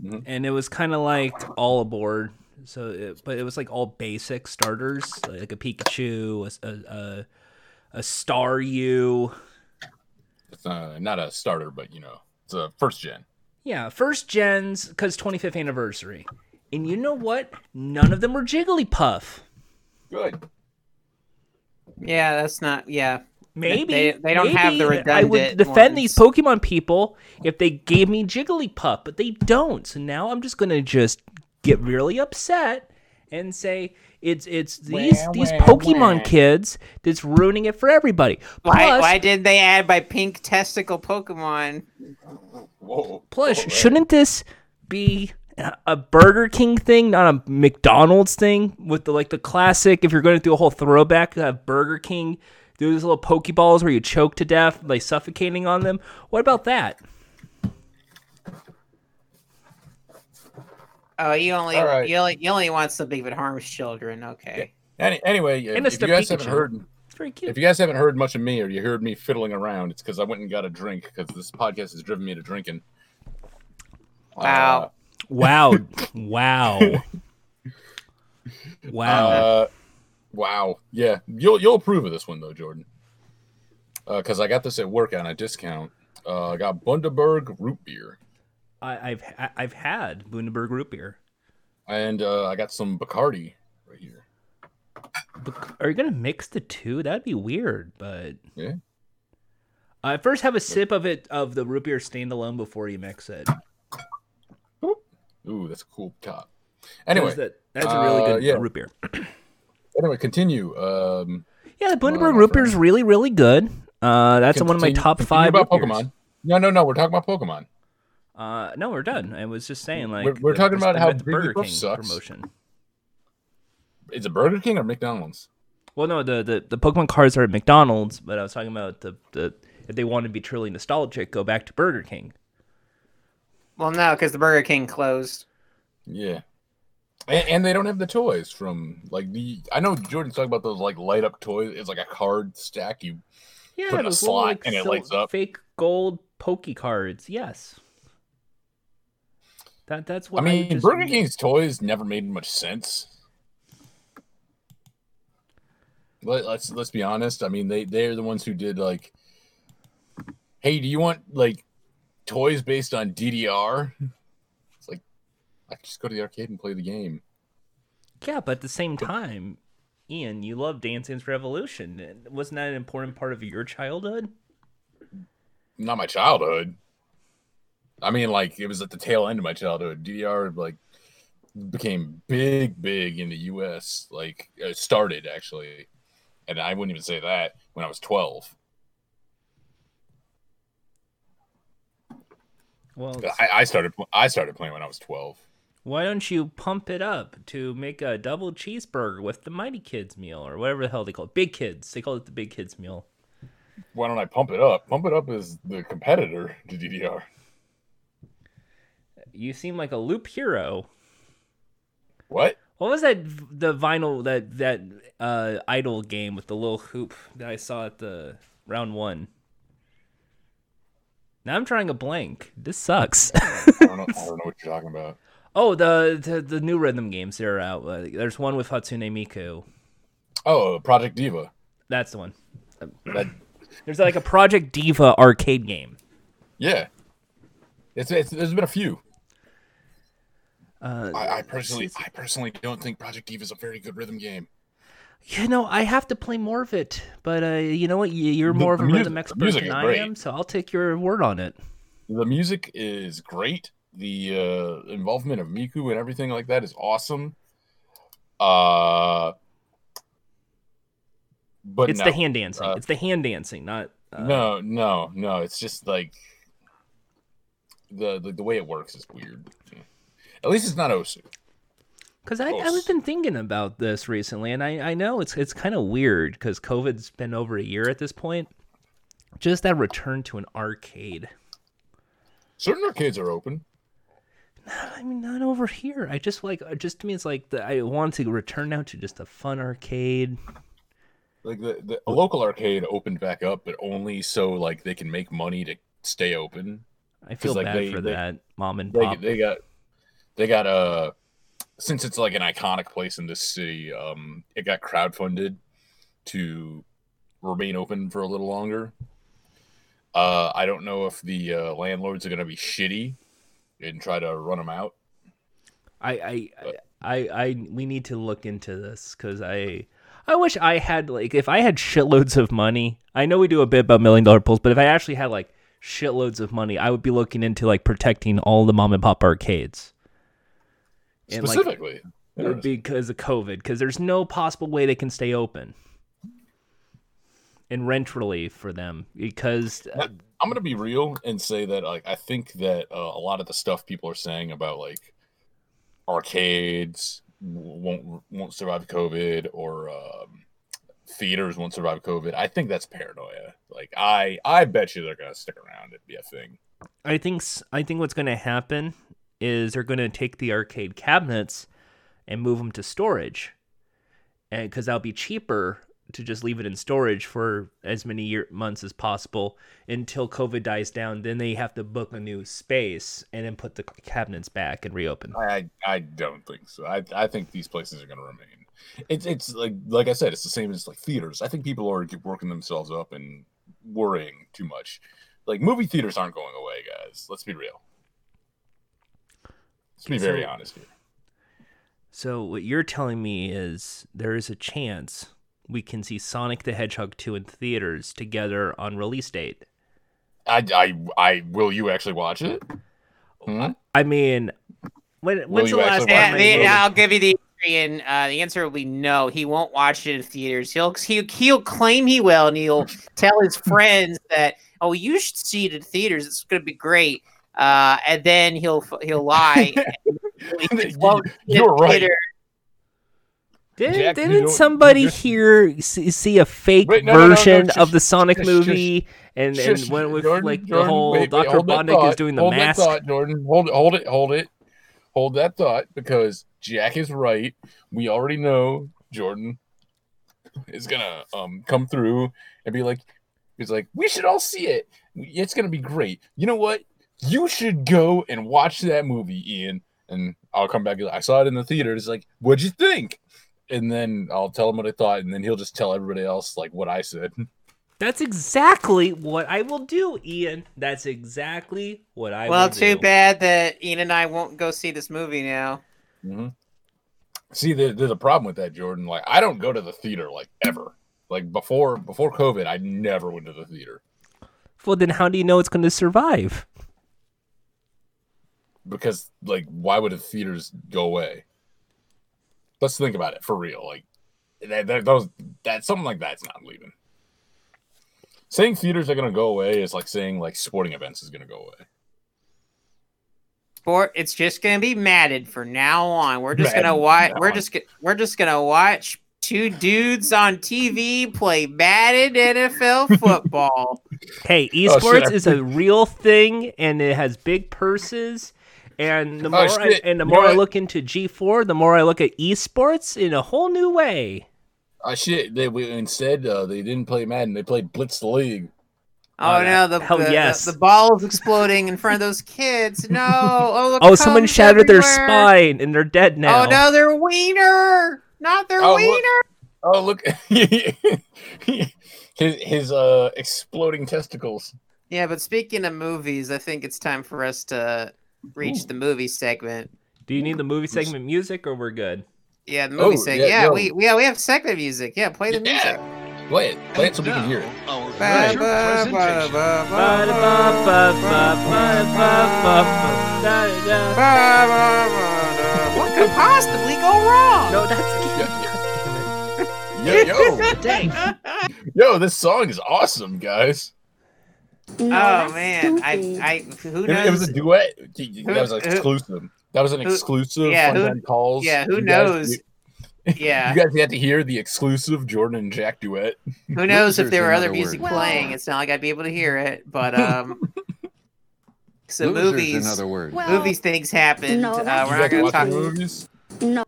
Mhm.
and it was kind of like all aboard. So, it, but it was like all basic starters, like a Pikachu, a s- a, a, a Star U.
It's uh, not a starter, but you know, it's a first gen.
Yeah, first gens because 25th anniversary, and you know what? None of them were Jigglypuff.
Good.
Yeah, that's not. Yeah,
Maybe
They- they don't
maybe
have the
I would
redundant
defend these
ones.
Pokemon people if they gave me Jigglypuff, but they don't. So now I'm just gonna just get really upset and say it's it's these
Wah,
these
wah,
Pokemon
wah.
kids that's ruining it for everybody. Plus,
why why did they add my pink testicle Pokemon?
Whoa.
plus, shouldn't this be a- a Burger King thing, not a McDonald's thing? With the like the classic, if you're going to do a whole throwback, have Burger King do those little Pokeballs where you choke to death by suffocating on them. What about that?
Oh, you only
All right.
you only you only want something that harms children. Okay.
Any, anyway,
And
if
it's
you
the
guys haven't
Pikachu.
heard
It's very cute.
If you guys haven't heard much of me or you heard me fiddling around, it's because I went and got a drink because this podcast has driven me to drinking.
Wow.
Wow. wow.
Uh,
Wow.
uh, wow. Yeah, you'll you'll approve of this one though, Jordan. Because I got this at work on a discount. Uh, I got Bundaberg root beer,
I, I've I- I've had Bundaberg root beer.
and uh, I got some Bacardi right here.
Bec- Are you gonna mix the two? That'd be weird. But
Yeah.
I first have a sip of it of the root beer standalone before you mix it. 'Cause
Ooh, that's a cool top. Anyway,
that- that's a really
uh,
good
yeah.
root beer.
anyway, continue. Um,
Yeah, the
Well,
Bundaberg
my
root beer
friend.
is really really good. Uh, that's one of my
continue-
top
continue
five.
about
root beers.
Pokemon. No, no, no. We're talking about Pokemon.
Uh, no, we're done. I was just saying like
We're- we're talking about how
the Burger
Jigglypuff
King
sucks.
promotion.
Is it Burger King or McDonald's?
Well, no, the, the, the Pokemon cards are at McDonald's, but I was talking about the, the if they want to be truly nostalgic, go back to Burger King.
Well, no, because the Burger King closed.
Yeah. And, and they don't have the toys from like the. I know Jordan's talking about those like light up toys. It's like a card stack. You
Yeah,
Put in a
those little,
slot and it lights up.
Fake gold Poke cards, yes. That that's what
I mean,
just-
Burger King's toys never made much sense. Let, let's let's be honest. I mean, they they're the ones who did like, hey, do you want like toys based on DDR? It's like, I could just go to the arcade and play the game.
Yeah, but at the same time, Ian, you love Dance Dance Revolution. Wasn't that an important part of your childhood?
not my childhood. I mean, like it was at the tail end of my childhood. DDR like became big, big in the U.S. Like it started actually, and I wouldn't even say that when I was twelve.
Well,
I, I started I started playing when I was twelve.
why don't you pump it up to make a double cheeseburger with the Mighty Kids meal or whatever the hell they call it? Big Kids. They call it the Big Kids meal.
Why don't I pump it up? Pump it up is the competitor to DDR.
You seem like a loop hero.
What?
What was that? v- The vinyl that that uh, idol game with the little hoop that I saw at the round one. Now I'm trying a blank. This sucks.
I don't know. I don't know what you're talking about.
oh, the, the the new rhythm games they're out. Uh, there's one with Hatsune Miku.
Oh, Project Diva.
That's the one.
That,
There's like a Project Diva arcade game.
yeah. It's, it's there's been a few.
Uh,
I, I personally, I personally don't think Project Diva is a very good rhythm game.
You know, I have to play more of it, but uh, you know what? You- You're more of a
the music-
rhythm
the
expert
music
than
is
I
great.
am, so I'll take your word on it.
The music is great. The uh, involvement of Miku and everything like that is awesome. Uh, but
it's
no.
the hand dancing.
Uh,
it's the hand dancing, not uh,
no, no, no. It's just like the, the the way it works is weird. At least it's not Osu.
Because I
Close.
I've been thinking about this recently, and I, I know it's it's kind of weird because COVID's been over a year at this point. Just that return to an arcade.
Certain arcades are open.
I mean, not over here. I just like uh, just to me, it's like the, I want to return now to just a fun arcade.
Like the, the a local arcade opened back up, but only so like they can make money to stay open.
I feel
like,
bad
they-
for
they-
that mom and
they,
pop.
they got they got uh since it's like an iconic place in this city um it got crowdfunded to remain open for a little longer uh i don't know if the uh, landlords are going to be shitty and try to run them out
I, I, I, I, we need to look into this because I, I wish I had like if I had shitloads of money. I know we do a bit about million dollar pools, but if I actually had like shitloads of money, I would be looking into like protecting all the mom and pop arcades. And like
specifically
it would be because of COVID, because there's no possible way they can stay open. And rent relief for them because
Not- I'm gonna be real and say that like I think that uh, a lot of the stuff people are saying about like arcades w- won't won't survive COVID or um, theaters won't survive COVID. I think that's paranoia. Like I I bet you they're gonna stick around and be a thing.
I think s- I think what's going to happen is they're going to take the arcade cabinets and move them to storage, and because that'll be cheaper to just leave it in storage for as many year, months as possible until COVID dies down. Then they have to book a new space and then put the c- cabinets back and reopen.
I I don't think so. I I think these places are gonna remain. It's it's like like I said, it's the same as like theaters. I think people are get- working themselves up and worrying too much. Like movie theaters aren't going away, guys. Let's be real. Let's be very
So-
honest here.
So what you're telling me is there is a chance we can see Sonic the Hedgehog 2 in theaters together on release date.
I I I will you actually watch it? Hmm?
I mean, when, when's
you
the last
actually watch
time?
Yeah,
they-
it?
the- I'll give you the and uh, the answer will be no. He won't watch it in theaters. He'll he, he'll claim he will, and he'll tell his friends that oh, you should see it in theaters. It's going to be great. Uh, and then he'll f- he'll lie. and he won't see it in
You're right.
theaters.
Didn't,
Jack, you
didn't
don't-
somebody
you're-
here see, see a fake
Wait, no, no, no, no,
version
shush,
of the Sonic
shush,
movie and, and
Shush,
went with
Jordan,
like the
Jordan,
whole
wait, wait,
Dr.
hold that
Bondic is
thought.
doing the
hold
mask?
That thought, Jordan, hold hold it, hold it, hold that thought because Jack is right. We already know Jordan is gonna um come through and be like, he's like, we should all see it. It's gonna be great. You know what? You should go and watch that movie, Ian. And I'll come back. and be like, I saw it in the theater. It's like, what'd you think? And then I'll tell him what I thought, and then he'll just tell everybody else like what I said.
That's exactly what I will do, Ian. That's exactly what I
well,
will
too
do.
bad that Ian and I won't go see this movie now.
hmm See, there, there's a problem with that, Jordan. Like, I don't go to the theater like ever. Like before before COVID, I never went to the theater
Well, then how do you know it's going to survive?
because, like, why would the theaters go away? Let's think about it for real. Like, that, that those that something like that's not leaving. Saying theaters are gonna go away is like saying like sporting events is gonna go away.
sport. It's just gonna be matted for now on. We're just gonna
Madden,
watch.
now
We're
on.
just go- we're just gonna watch two dudes on TV play matted NFL football.
Hey,
Oh, shit,
esports
I-
is a real thing, and it has big purses. And the more
Oh,
I,
shit.
and the
You know
more I
what?
look into G4, the more I look at esports in a whole new way.
Uh, shit, they we, instead uh, they didn't play Madden. They played Blitz the League.
Oh,
Oh,
no! The,
hell
the,
yes.
the the ball is exploding in front of those kids. No! Oh, look,
Oh, someone
cones
shattered their
everywhere.
spine, and they're dead now.
Oh no, their wiener! Not their
Oh, look.
wiener.
Oh look, his his uh exploding testicles.
Yeah, but speaking of movies, I think it's time for us to reach the movie segment.
Do you need the movie segment music, or we're good?
Yeah, the
Oh,
movie segment.
yeah,
Yeah,
yo.
we we yeah, we have segment music. Yeah, play the music.
Yeah, play it, play it so we can hear it.
Our
Ba-
feature
ba- ba-
presentation.
ba- ba- ba-
No,
ba- ba- ba- What could possibly go wrong?
Yeah, yeah. Yo, yo, yo, this song is awesome, guys.
oh man, I I who
It, it was
knows?
a duet. That was exclusive. That was an
who-
exclusive.
yeah,
fun
who-
time calls.
yeah, who
You guys-
knows?
you-
Yeah,
You guys had to hear the exclusive Jordan and Jack duet.
who knows if
Loser's
there were other
another
music
word.
playing? It's not like I'd be able to hear it, but um. So
Loser's
movies,
another word.
Well,
movies, things happened. uh,
No,
we're
that's-
you guys
not gonna
watch
talk.
the movies?
Uh,
No,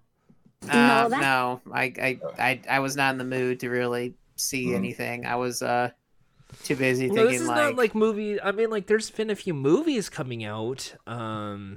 that-
no, I, I, I, I was not in the mood to really see
Mhm.
anything. I was uh too busy thinking
this is
like,
not like movie. I mean, like, there's been a few movies coming out. Um,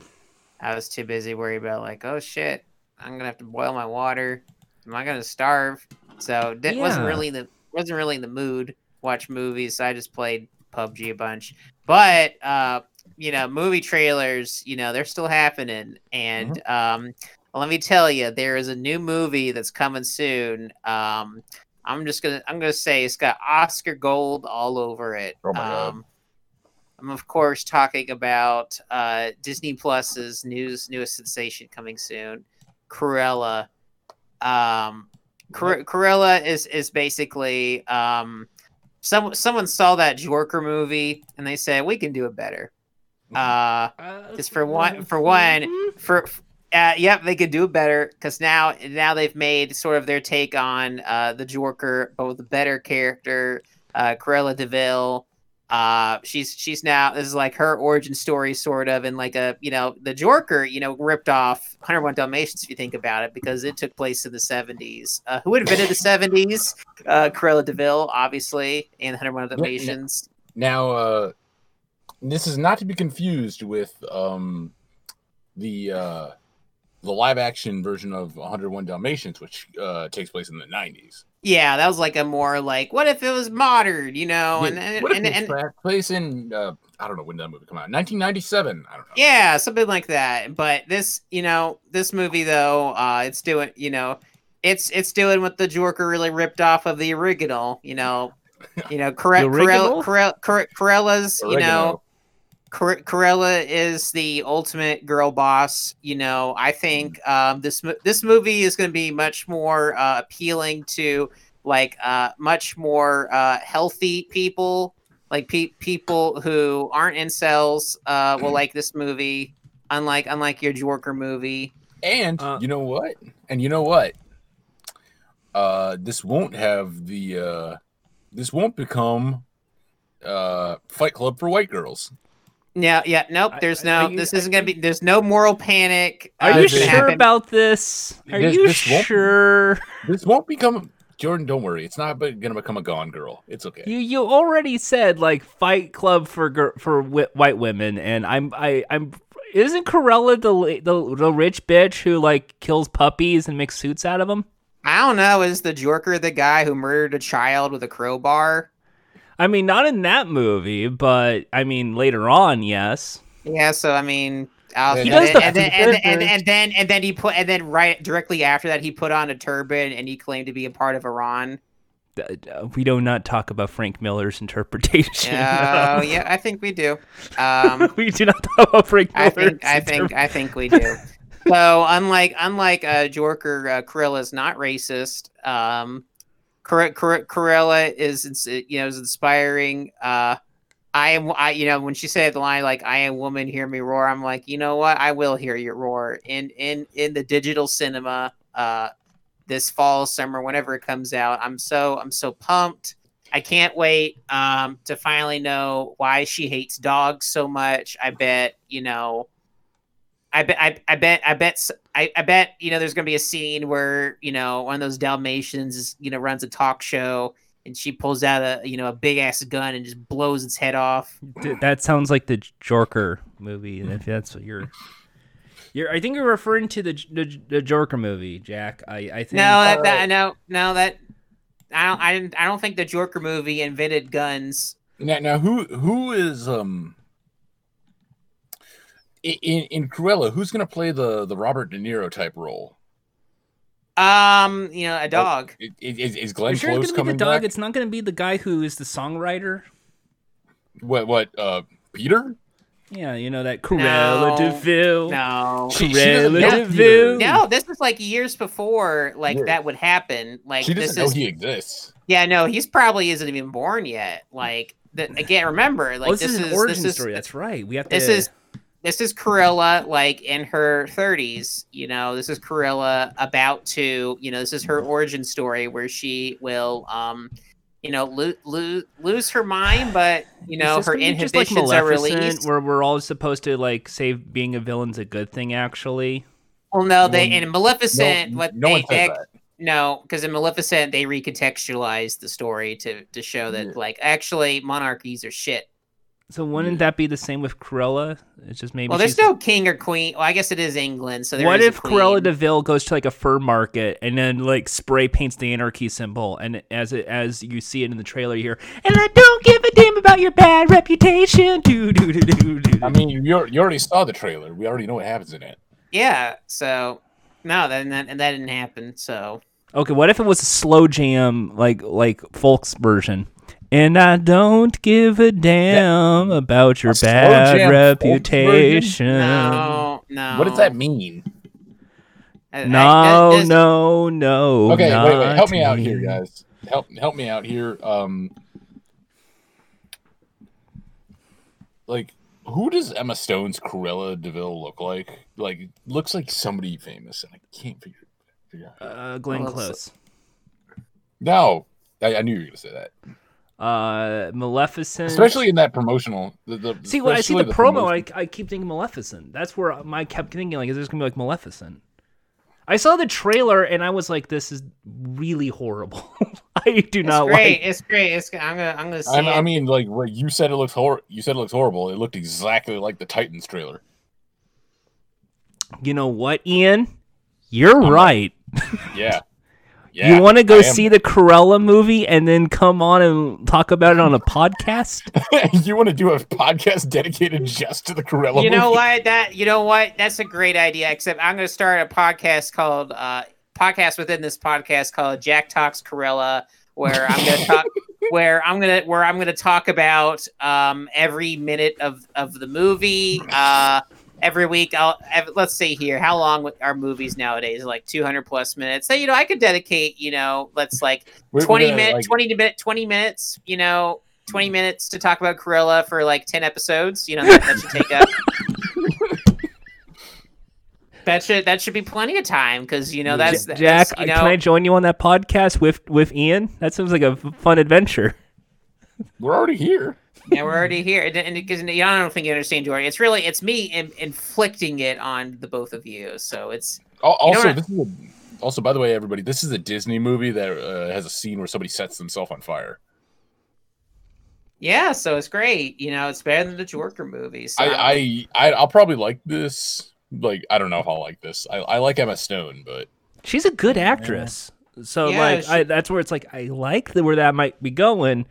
I was too busy worried about like, oh shit, I'm gonna have to boil my water. Am I gonna starve? So that wasn't
Yeah.
really the wasn't really in the mood. Watch movies. So I just played PUBG a bunch. But uh, you know, movie trailers. You know, they're still happening. And
Mm-hmm.
um, let me tell you, there is a new movie that's coming soon. Um, I'm just gonna I'm gonna say it's got Oscar gold all over it.
Oh my God.
um, I'm of course talking about uh, Disney Plus's news newest sensation coming soon, Cruella. Um, Cru- Cruella is is basically um, some someone saw that Jorker movie and they said we can do it better. Uh, just for one for one for uh, yep they could do it better because now now they've made sort of their take on uh, the Jorker but with a better character uh, Corella Deville uh, she's she's now this is like her origin story sort of and like a you know the Jorker you know ripped off 101 Dalmatians if you think about it because it took place in the 70s uh, who invented the 70s uh, Corella Deville obviously and 101 Dalmatians
Now, uh, this is not to be confused with um, the uh, the live action version of 101 Dalmatians, which uh, takes place in the 90s.
Yeah, that was like a more like, what if it was modern, you know? Oh, And and,
what if
and,
it
and-
took place in uh, I don't know when did that movie come out? 1997. I don't know.
yeah, something like that. But this, you know, this movie though, uh, it's doing, you know, it's it's doing what the Jorker really ripped off of the original, you know, you know, Corre-
The
Corell
original?
Corell Corre- Corella's, you know,
Oregano.
Cor- Corella is the ultimate girl boss. You know, I think
Mm-hmm.
um, this mo- this movie is going to be much more uh, appealing to like uh, much more uh, healthy people, like pe- people who aren't incels uh,
Mm-hmm.
will like this movie. Unlike unlike your Jorker movie,
And
Uh,
you know what? And you know what? Uh, this won't have the uh, this won't become uh, Fight Club for white girls.
no, yeah, nope.
I-
There's
I- are
no.
you-
this
I-
isn't gonna be. There's no moral panic.
Are
I
you
Uh, It's gonna
did.
sure
happen.
about this? Are
This-
you
this won't-
sure?
This won't become Jordan. Don't worry, it's not be- gonna become a Gone Girl. It's okay.
You you already said like Fight Club for gir- for wi- white women, and I'm I I'm isn't Corella the, la- the the rich bitch who like kills puppies and makes suits out of them?
I don't know. Is the Jorker the guy who murdered a child with a crowbar?
I mean, not in that movie, but I mean later on, yes.
Yeah, so I mean, I'll,
He
and,
does
then,
the
and, then,
fucking
and, then- and,
burger.
and then and then he put and then right directly after that he put on a turban and he claimed to be a part of Iran.
Th- uh, We do not talk about Frank Miller's interpretation.
Oh yeah, I think we do. Um,
we do not talk about Frank
I
Miller's.
think I think I think we do. So unlike unlike uh, Jorker, uh, Corella is not racist. Um, Cor- Cor- Corella is ins- you know is inspiring. Uh, I am, I, you know, when she said the line like "I am woman, hear me roar," I'm like, you know what? I will hear your roar in in in the digital cinema uh, this fall, summer, whenever it comes out. I'm so I'm so pumped. I can't wait um, to finally know why she hates dogs so much. I bet you know. I bet I, I bet I bet s- I, I bet you know there's gonna be a scene where you know one of those Dalmatians is, you know runs a talk show and she pulls out a you know a big ass gun and just blows its head off.
D- that sounds like the Jorker movie. If that's what you're, you're, I think you're referring to the J- the, J- the Jorker movie, Jack. I, I think.
No, that, that no no that I don't I didn't I don't think the Joker movie invented guns.
Now, now who who is um i- in in Cruella? Who's gonna play the the Robert De Niro type role?
Um, you know, a dog.
I- i- Is, is
Are
Glenn
you sure it's
Close
gonna be
coming
the dog?
back?
It's not gonna be the guy who is the songwriter.
What what uh Peter?
Yeah, you know that Cruella
No.
Deville.
No.
She- she doesn't
Cruella
know Peter.
de Vil.
No, this was like years before like
Yeah.
that would happen. Like
She
this
doesn't know
is
he exists.
Yeah, no, he's probably isn't even born yet. Like the, again, remember, like
oh, this, is an origin
this is,
story. That's right. We have to.
This is this is Corilla like in her 30s. You know, this is Corilla about to. You know, this is her origin story where she will, um, you know, lo- lo- lose her mind, but you
Is
know,
this
her
gonna be just
inhibitions are
Maleficent,
released.
Where we're all supposed to like say being a villain's a good thing. Actually,
Well, no, they
No-
in Maleficent,
no,
what
no
they,
one
they-
says that.
No, because in Maleficent they recontextualized the story to to show that
Yeah.
like actually monarchies are shit.
so wouldn't that be the same with Cruella? It's just maybe.
well, there's
she's-
no king or queen. Well, I guess it is England, so there
what
is
if
a queen.
Cruella Deville goes to like a fur market and then like spray paints the anarchy symbol, and as it as you see it in the trailer, you hear, "And I don't give a damn about your bad reputation." Do do do do do.
I mean, you al- you already saw the trailer. We already know what happens in it.
Yeah. So no, then that and that didn't happen. So
Okay, what if it was a slow jam, like like folks version? And I don't give a damn about your
slow
bad
jam folks version?
reputation.
no, no.
What does that mean?
I- I-
No,
this-
no, no.
okay, wait, wait, help
not
me out here, guys. Help help me out here. Um, like who does Emma Stone's Cruella Deville look like? Like looks like somebody famous, and I can't figure. figure out.
Uh, Glenn
Well,
Close.
No, I, I knew you were gonna say that,
Uh, Maleficent.
especially in that promotional. The, the,
See, when I see
especially
the, promo,
promotion-
I, I keep thinking Maleficent. That's where my kept thinking like, is this gonna be like Maleficent? I saw the trailer and I was like, this is really horrible. I do
It's
not like
great. It's great. It's I'm gonna I'm gonna see
I, I
it.
mean, like what you said, it looks hor- You said it looks horrible. It looked exactly like the Titans trailer.
you know what, Ian? You're
I'm-
right.
Yeah, yeah.
you want to go
I am-
see the Cruella movie and then come on and talk about it on a podcast?
you want to do a podcast dedicated just to the Cruella?
you know
movie?
what that you know what that's a great idea. Except I'm gonna start a podcast called uh podcast within this podcast called Jack Talks Corella, where I'm gonna talk. Where I'm gonna where I'm gonna talk about um, every minute of, of the movie. Uh, every week, I'll ev- let's see here. How long are movies nowadays? Like 200 plus minutes. So you know, I could dedicate you know, let's like
We're- we're
20
gonna,
minutes,
like- Mm.
20 minute, 20 minutes, you know, 20 minutes to talk about Cruella for like 10 episodes, you know, that, that should take up. that should, that should be plenty of time. Cause you know, that's,
Jack.
that's, you
I- can
know,
I join you on that podcast with with Ian? That sounds like a f- fun adventure.
We're already here.
yeah, we're already here. And, and cause I don't think you understand Jordan. It's really, it's me in, inflicting it on the both of you. So it's,
Al-
You know
Also,
what-
this is a, also by the way, everybody, this is a Disney movie that uh, has a scene where somebody sets themselves on fire.
yeah. So it's great. You know, it's better than the Jorker movies. So I'm-
I, I, I, I'll probably like this. Like, I don't know if I'll like this. I, I like Emma Stone, but
She's a good actress, so
Yeah,
like
she-
I, that's where it's like I like the, where that might be going,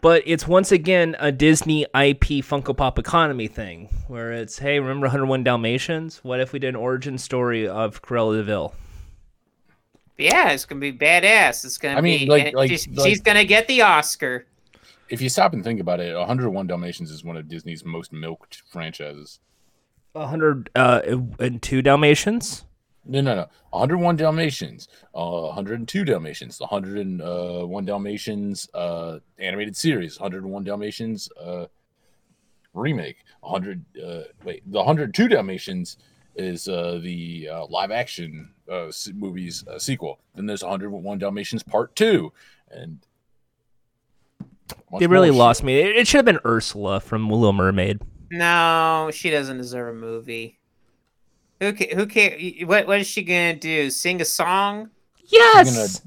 but it's once again a Disney IP Funko Pop economy thing where it's hey, remember 101 Dalmatians? What if we did an origin story of Cruella Deville?
yeah, it's going to be badass. It's going to
I mean,
be,
like-
and
like-
she's,
like-
she's going to get the Oscar.
if you stop and think about it, 101 Dalmatians is one of Disney's most milked franchises.
uh, 102 Dalmatians?
No, no, no. 101 Dalmatians, uh, 102 Dalmatians, the 101 Dalmatians uh, animated series, 101 Dalmatians uh, remake, 100. Uh, wait, the 102 Dalmatians is uh, the uh, live action uh, s- movies uh, sequel. Then there's 101 Dalmatians Part Two, and
They really lost me. It, it should have been Ursula from Little Mermaid.
No, she doesn't deserve a movie. Who ca- who can what what is she gonna do? Sing a song?
She's gonna,
Yes,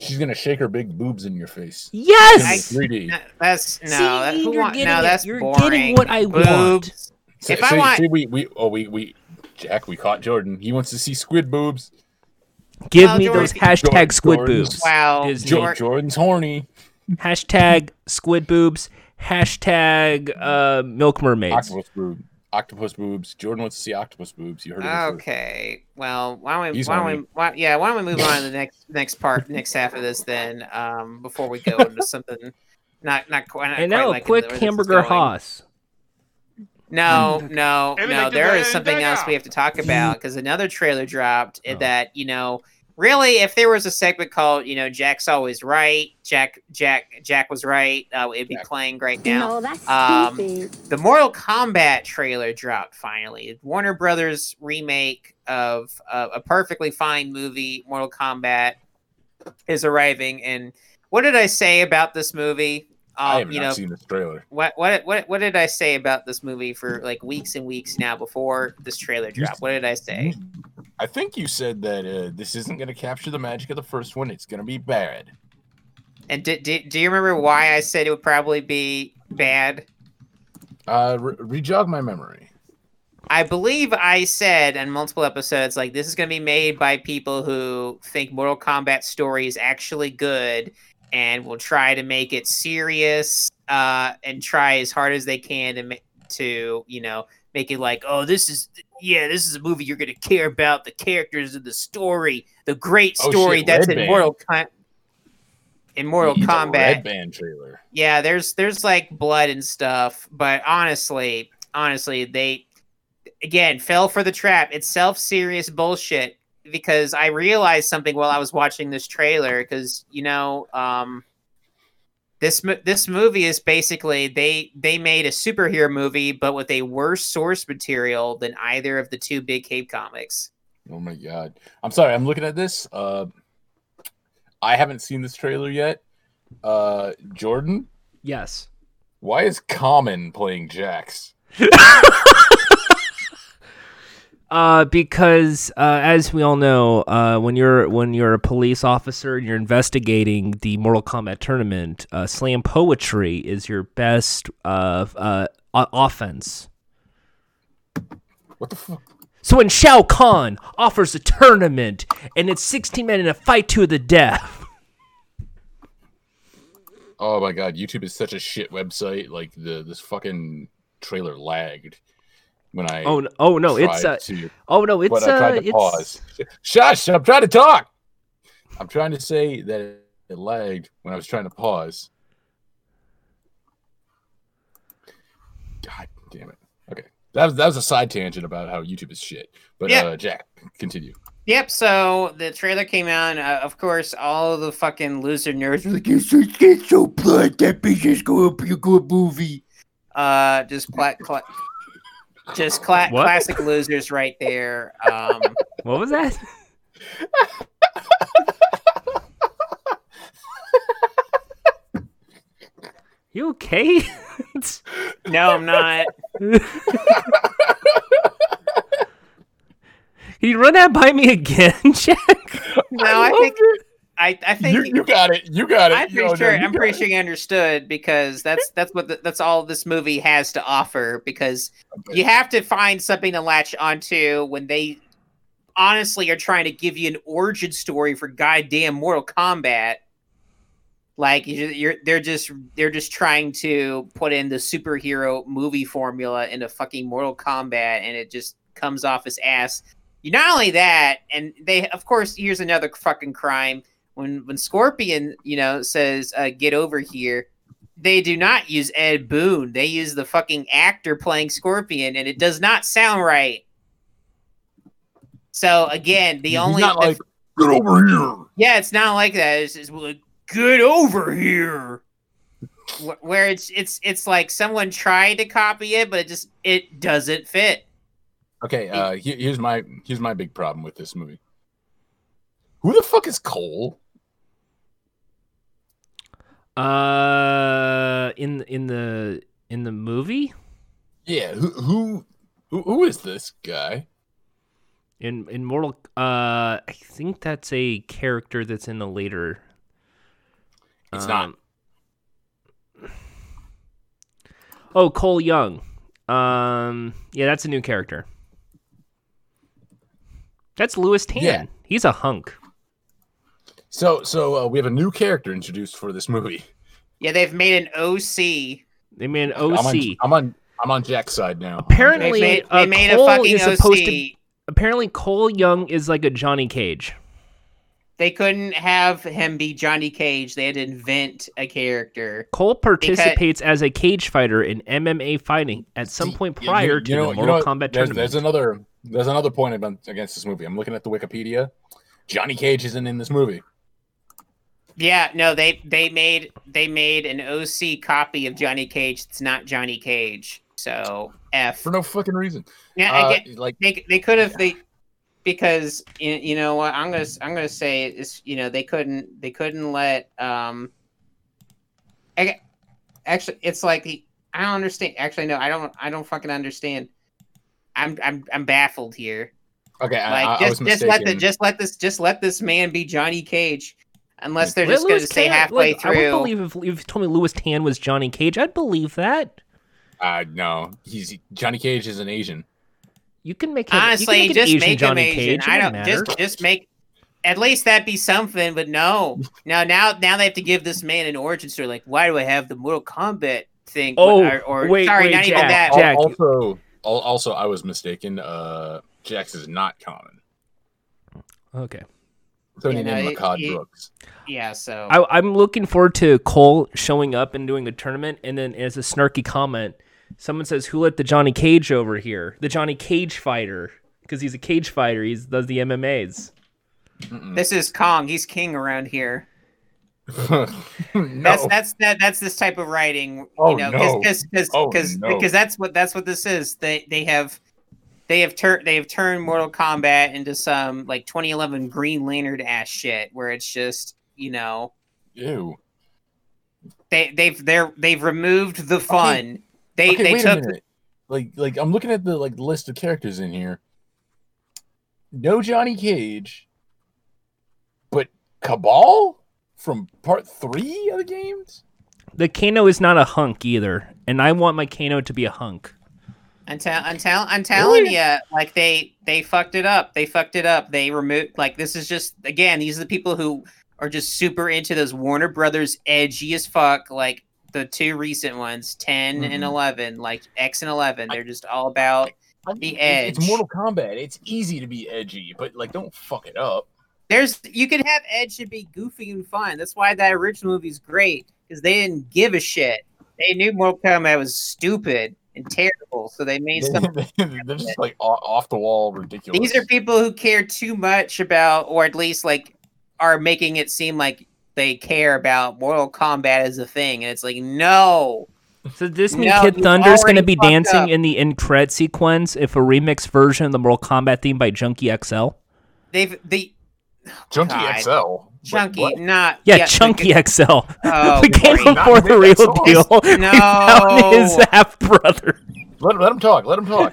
she's gonna shake her big boobs in your face.
yes.
In 3D.
No, that's no.
See,
that, who
you're
want,
getting
no,
it.
that's
You're
boring.
getting what I want.
Boobs.
Say,
If I
say-
want-
say we we oh we we Jack we caught Jordan. He wants to see squid boobs.
Give
Well,
me
Jordan-
those hashtag
Jordan-
squid
Jordan's-
boobs.
Wow.
Disney.
Jo-
Jor-
Jordan's horny.
Hashtag squid boobs. Hashtag uh, milk mermaids.
Octopus boobs. Octopus boobs. Jordan wants to see octopus boobs. You heard it. first.
Okay. Well, why don't we?
He's
Why don't
horny.
we? Why, yeah. Why don't we move on to the next next part, next half of this then? Um, before we go into something not not quite. Not
And
quite
now a
liking
quick
where this is
hamburger
going.
Haas.
Mm.
No, no,
Everything
no.
to
There
the
is something
end,
else we have to talk about because another trailer dropped
Oh.
and that you know. Really, if there was a segment called you know Jack's always right, Jack Jack Jack was right, uh, it'd be playing right now.
No, that's
Um,
stupid.
the Mortal Kombat trailer dropped finally. Warner Brothers remake of uh, a perfectly fine movie, Mortal Kombat, is arriving. And what did I say about this movie?
I have
Um, you
not
know,
seen this trailer.
what what what what did I say about this movie for like weeks and weeks now before this trailer
You-
dropped? What did I say?
Mm. I think you said that uh, this isn't going to capture the magic of the first one. It's going to be bad.
And do, do, do you remember why I said it would probably be bad?
Uh, re- rejog my memory.
I believe I said in multiple episodes, like this is going to be made by people who think Mortal Kombat story is actually good and will try to make it serious uh, and try as hard as they can to ma- to you know make it like, oh, this is yeah, this is a movie you're going to care about the characters and the story, the great
Oh, shit,
story that's
Red
in
Band.
Mortal Com- in Mortal
It's a
Kombat.
Red Band trailer.
Yeah, there's there's like blood and stuff, but honestly, honestly, they again fell for the trap. It's self-serious bullshit because I realized something while I was watching this trailer because you know, um this mo- this movie is basically they they made a superhero movie but with a worse source material than either of the two big cave comics.
Oh my god. I'm sorry. I'm looking at this. Uh, I haven't seen this trailer yet. Uh, Jordan,
Yes.
why is Common playing Jax?
Uh, because uh, as we all know, uh, when you're when you're a police officer and you're investigating the Mortal Kombat tournament, uh, slam poetry is your best uh, uh, o- offense.
What the fuck?
So when Shao Kahn offers a tournament and it's 16 men in a fight to the death,
Oh my god, YouTube is such a shit website. Like the this fucking trailer lagged when I
oh no, oh no, it's
tried
uh,
to,
oh no, it's
when I tried to
uh, it's
pause. Shush! I'm trying to talk. I'm trying to say that it lagged when I was trying to pause. God damn it! Okay, that was that was a side tangent about how YouTube is shit. But
Yeah.
uh, Jack, continue.
Yep, so the trailer came out, and uh, of course, all the fucking loser nerds were like, it's, so- it's so blood, that bitch is going to be a good movie. Uh, just cla- cla- just cla-
What?
classic losers right there. Um,
what was that? you okay? It's-
no, I'm not.
Can you run that by me again, Jack?
No, I, think I, I think
you, you got it. You got it.
I'm pretty
Yo, no,
sure.
you
I'm
got
pretty
it.
sure you understood because that's that's what the, that's all this movie has to offer. Because you have to find something to latch onto when they honestly are trying to give you an origin story for goddamn Mortal Kombat. Like you- you're, they're just they're just trying to put in the superhero movie formula into fucking Mortal Kombat, and it just comes off as ass. You not only that, and they of course here's another fucking crime when when Scorpion, you know, says uh, "get over here," they do not use Ed Boon. They use the fucking actor playing Scorpion, and it does not sound right. So again, the only
not
the-
like get over here.
yeah, it's not like that. It's just like, get over here. Wh- Where it's it's it's like someone tried to copy it, but it just it doesn't fit.
Okay, uh, he- here's my here's my big problem with this movie. Who the fuck is Cole?
Uh, in in the in the movie
Yeah, who who who, who is this guy?
in in Mortal, uh, I think that's a character that's in the later.
It's not.
um, Oh, Cole Young. Um, yeah, that's a new character. That's Louis Tan.
Yeah.
He's a hunk.
So so uh, we have a new character introduced for this movie.
Yeah, they've made an OC.
They made an
I'm
OC.
on I'm on I'm on Jack's side now.
They
Apparently-
made,
uh,
they made a
Cole
fucking
is
OC.
supposed to- Apparently, Cole Young is like a Johnny Cage.
They couldn't have him be Johnny Cage. They had to invent a character.
Cole participates as a cage fighter in MMA fighting at some point
Yeah, you-
prior
you
to
know-
the
you
Mortal
know,
Kombat
there's,
tournament.
There's another there's another point about- against this movie. I'm looking at the Wikipedia. Johnny Cage isn't in this movie.
Yeah, no, they they made they made an OC copy of Johnny Cage. It's not Johnny Cage. So F.
for no fucking reason.
Yeah,
Uh,
I get
like
they they could have they because you, you know what I'm gonna I'm gonna say is you know they couldn't they couldn't let um I, get- actually it's like the- I don't understand actually no I don't I don't fucking understand I'm I'm I'm baffled here
okay, I,
like
I- I
just
was
just let the
mistaken.
just let this just let this man be Johnny Cage unless they're
Let
just gonna
Louis
stay
Tan-
halfway
look, I would
through
believe if if you told me Louis Tan was Johnny Cage, I'd believe that.
Uh, no, he's Johnny Cage is an Asian.
You can make him,
honestly
you can make an
just
Asian
make him
Johnny
Asian
Cage. it
I
doesn't
don't
matter.
just just make at least that'd be something but no now now now they have to give this man an origin story like why do I have the Mortal Kombat thing
Oh,
or, or
wait,
sorry
wait,
not even
Jack,
that
Al-
Jack.
Also, al- also, I was mistaken. Uh, Jax is not common.
okay.
Tony
Yeah,
and
no,
Makad
he- he-
Brooks.
yeah so
I, I'm looking forward to Cole showing up and doing a tournament, and then as a snarky comment, someone says, "Who let the Johnny Cage over here? The Johnny Cage fighter, because he's a cage fighter. He does the MMA's."
Mm-mm.
this is Kong he's king around here
no,
that's that's that that's this type of writing
Oh,
you know
no.
because because
Oh,
because
no.
that's what that's what this is they they have they have turned they have turned Mortal Kombat into some like 2011 Green Lantern ass shit where it's just you know
ew.
They they've they're they've removed the fun. They
okay,
they
wait a
took
minute. Like, like I'm looking at the like list of characters in here. No Johnny Cage, but Cabal from part three of the games.
The Kano is not a hunk either, and I want my Kano to be a hunk.
until until I'm telling you, like they they fucked it up. They fucked it up. They removed like this is just again these are the people who are just super into those Warner Brothers edgy as fuck. Like the two recent ones, 10 and
Mhm.
eleven, like X and eleven. They're just all about.
I mean,
The
it's-
Edge.
It's Mortal Kombat. It's easy to be edgy, but like, don't fuck it up.
There's you can have edge to be goofy and fun. That's why that original movie's great because they didn't give a shit. They knew Mortal Kombat was stupid and terrible, so they made some
They're just like o- off the wall, ridiculous.
These are people who care too much about, or at least like are making it seem like they care about Mortal Kombat as a thing, and it's like no.
So does this mean
No,
Kid
you
Thunder's going to
already
be
fucked
dancing
up.
in the end credit sequence if a remixed version of the Mortal Kombat theme by Junkie XL?
They've the
Junkie
God.
XL. Wait,
chunky,
what?
not
Yeah, Chunky XL.
Oh,
we can't
great.
go for
Not
the
remix
real
songs.
deal. We found his
No.
half brother.
Let, let him talk. Let him talk.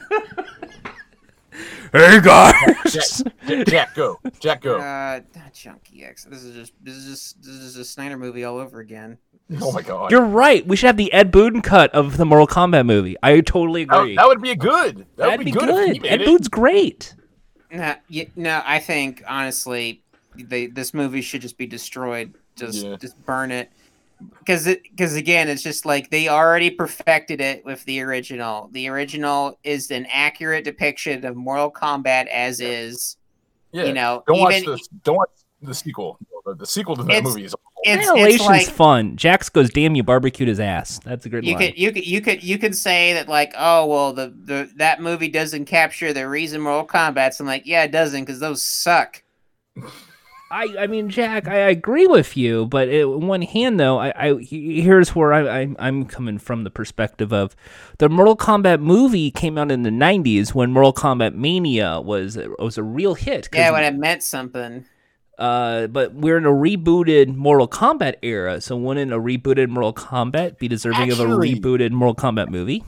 Hey guys.
Jack, Jack, go. Jack, go.
Uh, not chunky X. This is just this is just this is a Snyder movie all over again.
oh my god.
You're right. We should have the Ed Boon cut of the Mortal Kombat movie. I totally
that,
agree.
would- that would be a good. That
That'd
would be, good. if he made
Ed
it.
Boon's great.
No, y no, I think honestly, they, this movie should just be destroyed. Just,
Yeah.
just burn it. Because, because again, it's just like they already perfected it with the original. The original is an accurate depiction of Mortal Kombat as is.
Yeah.
You know,
don't watch
even-
this. Don't watch the sequel. The, the sequel to that
It's-
movie is
it's, it's
Annihilation's
like
fun. Jax goes, "Damn, you barbecued his ass." That's a good
you
line.
could you could you could you could say that like oh well the, the that movie doesn't capture the reason Mortal Kombat's. I'm like yeah it doesn't because those suck.
I, I mean, Jack, I agree with you, but it, on one hand, though, I, I he- here's where I, I, I'm coming from the perspective of the Mortal Kombat movie came out in the '90s when Mortal Kombat Mania was was a real hit. 'cause
Yeah, when it meant something.
uh, but we're in a rebooted Mortal Kombat era, so wouldn't a rebooted Mortal Kombat be deserving of a
Actually-
rebooted Mortal Kombat movie?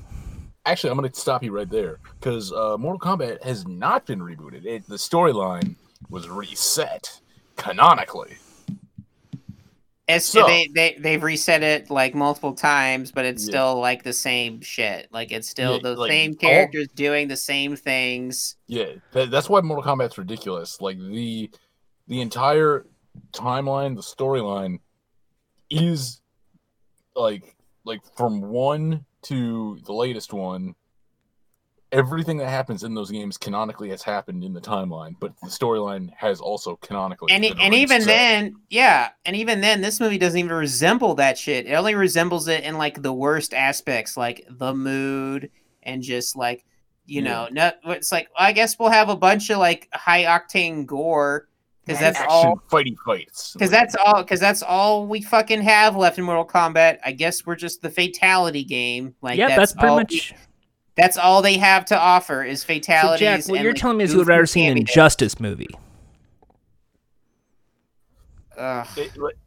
Actually, I'm going to stop you right there because uh, Mortal Kombat has not been rebooted. It, the storyline was reset canonically.
It's
So-
they, they they've reset it like multiple times, but it's
Yeah.
still like the same shit. Like it's still
Yeah,
the
like, oh.
same
all-
characters doing the same things.
Yeah, that, that's why Mortal Kombat's ridiculous. Like the the entire timeline, the storyline is like like from one to the latest one. Everything that happens in those games canonically has happened in the timeline, but the storyline has also canonically.
And e-
been
and even
reset.
then, yeah, and even then, this movie doesn't even resemble that shit. It only resembles it in like the worst aspects, like the mood and just like you
Yeah.
know, no, it's like I guess we'll have a bunch of like high octane gore because that's
action
all
fighty fights.
Because that's all. Because that's all we fucking have left in Mortal Kombat. I guess we're just the fatality game. Like
yeah, that's, pretty
all
much.
we- that's all they have to offer is
So,
fatalities.
Jack, what
and,
you're
like,
telling me is you would
goofy
rather see an
candy.
Injustice movie.
Ugh.
It- like-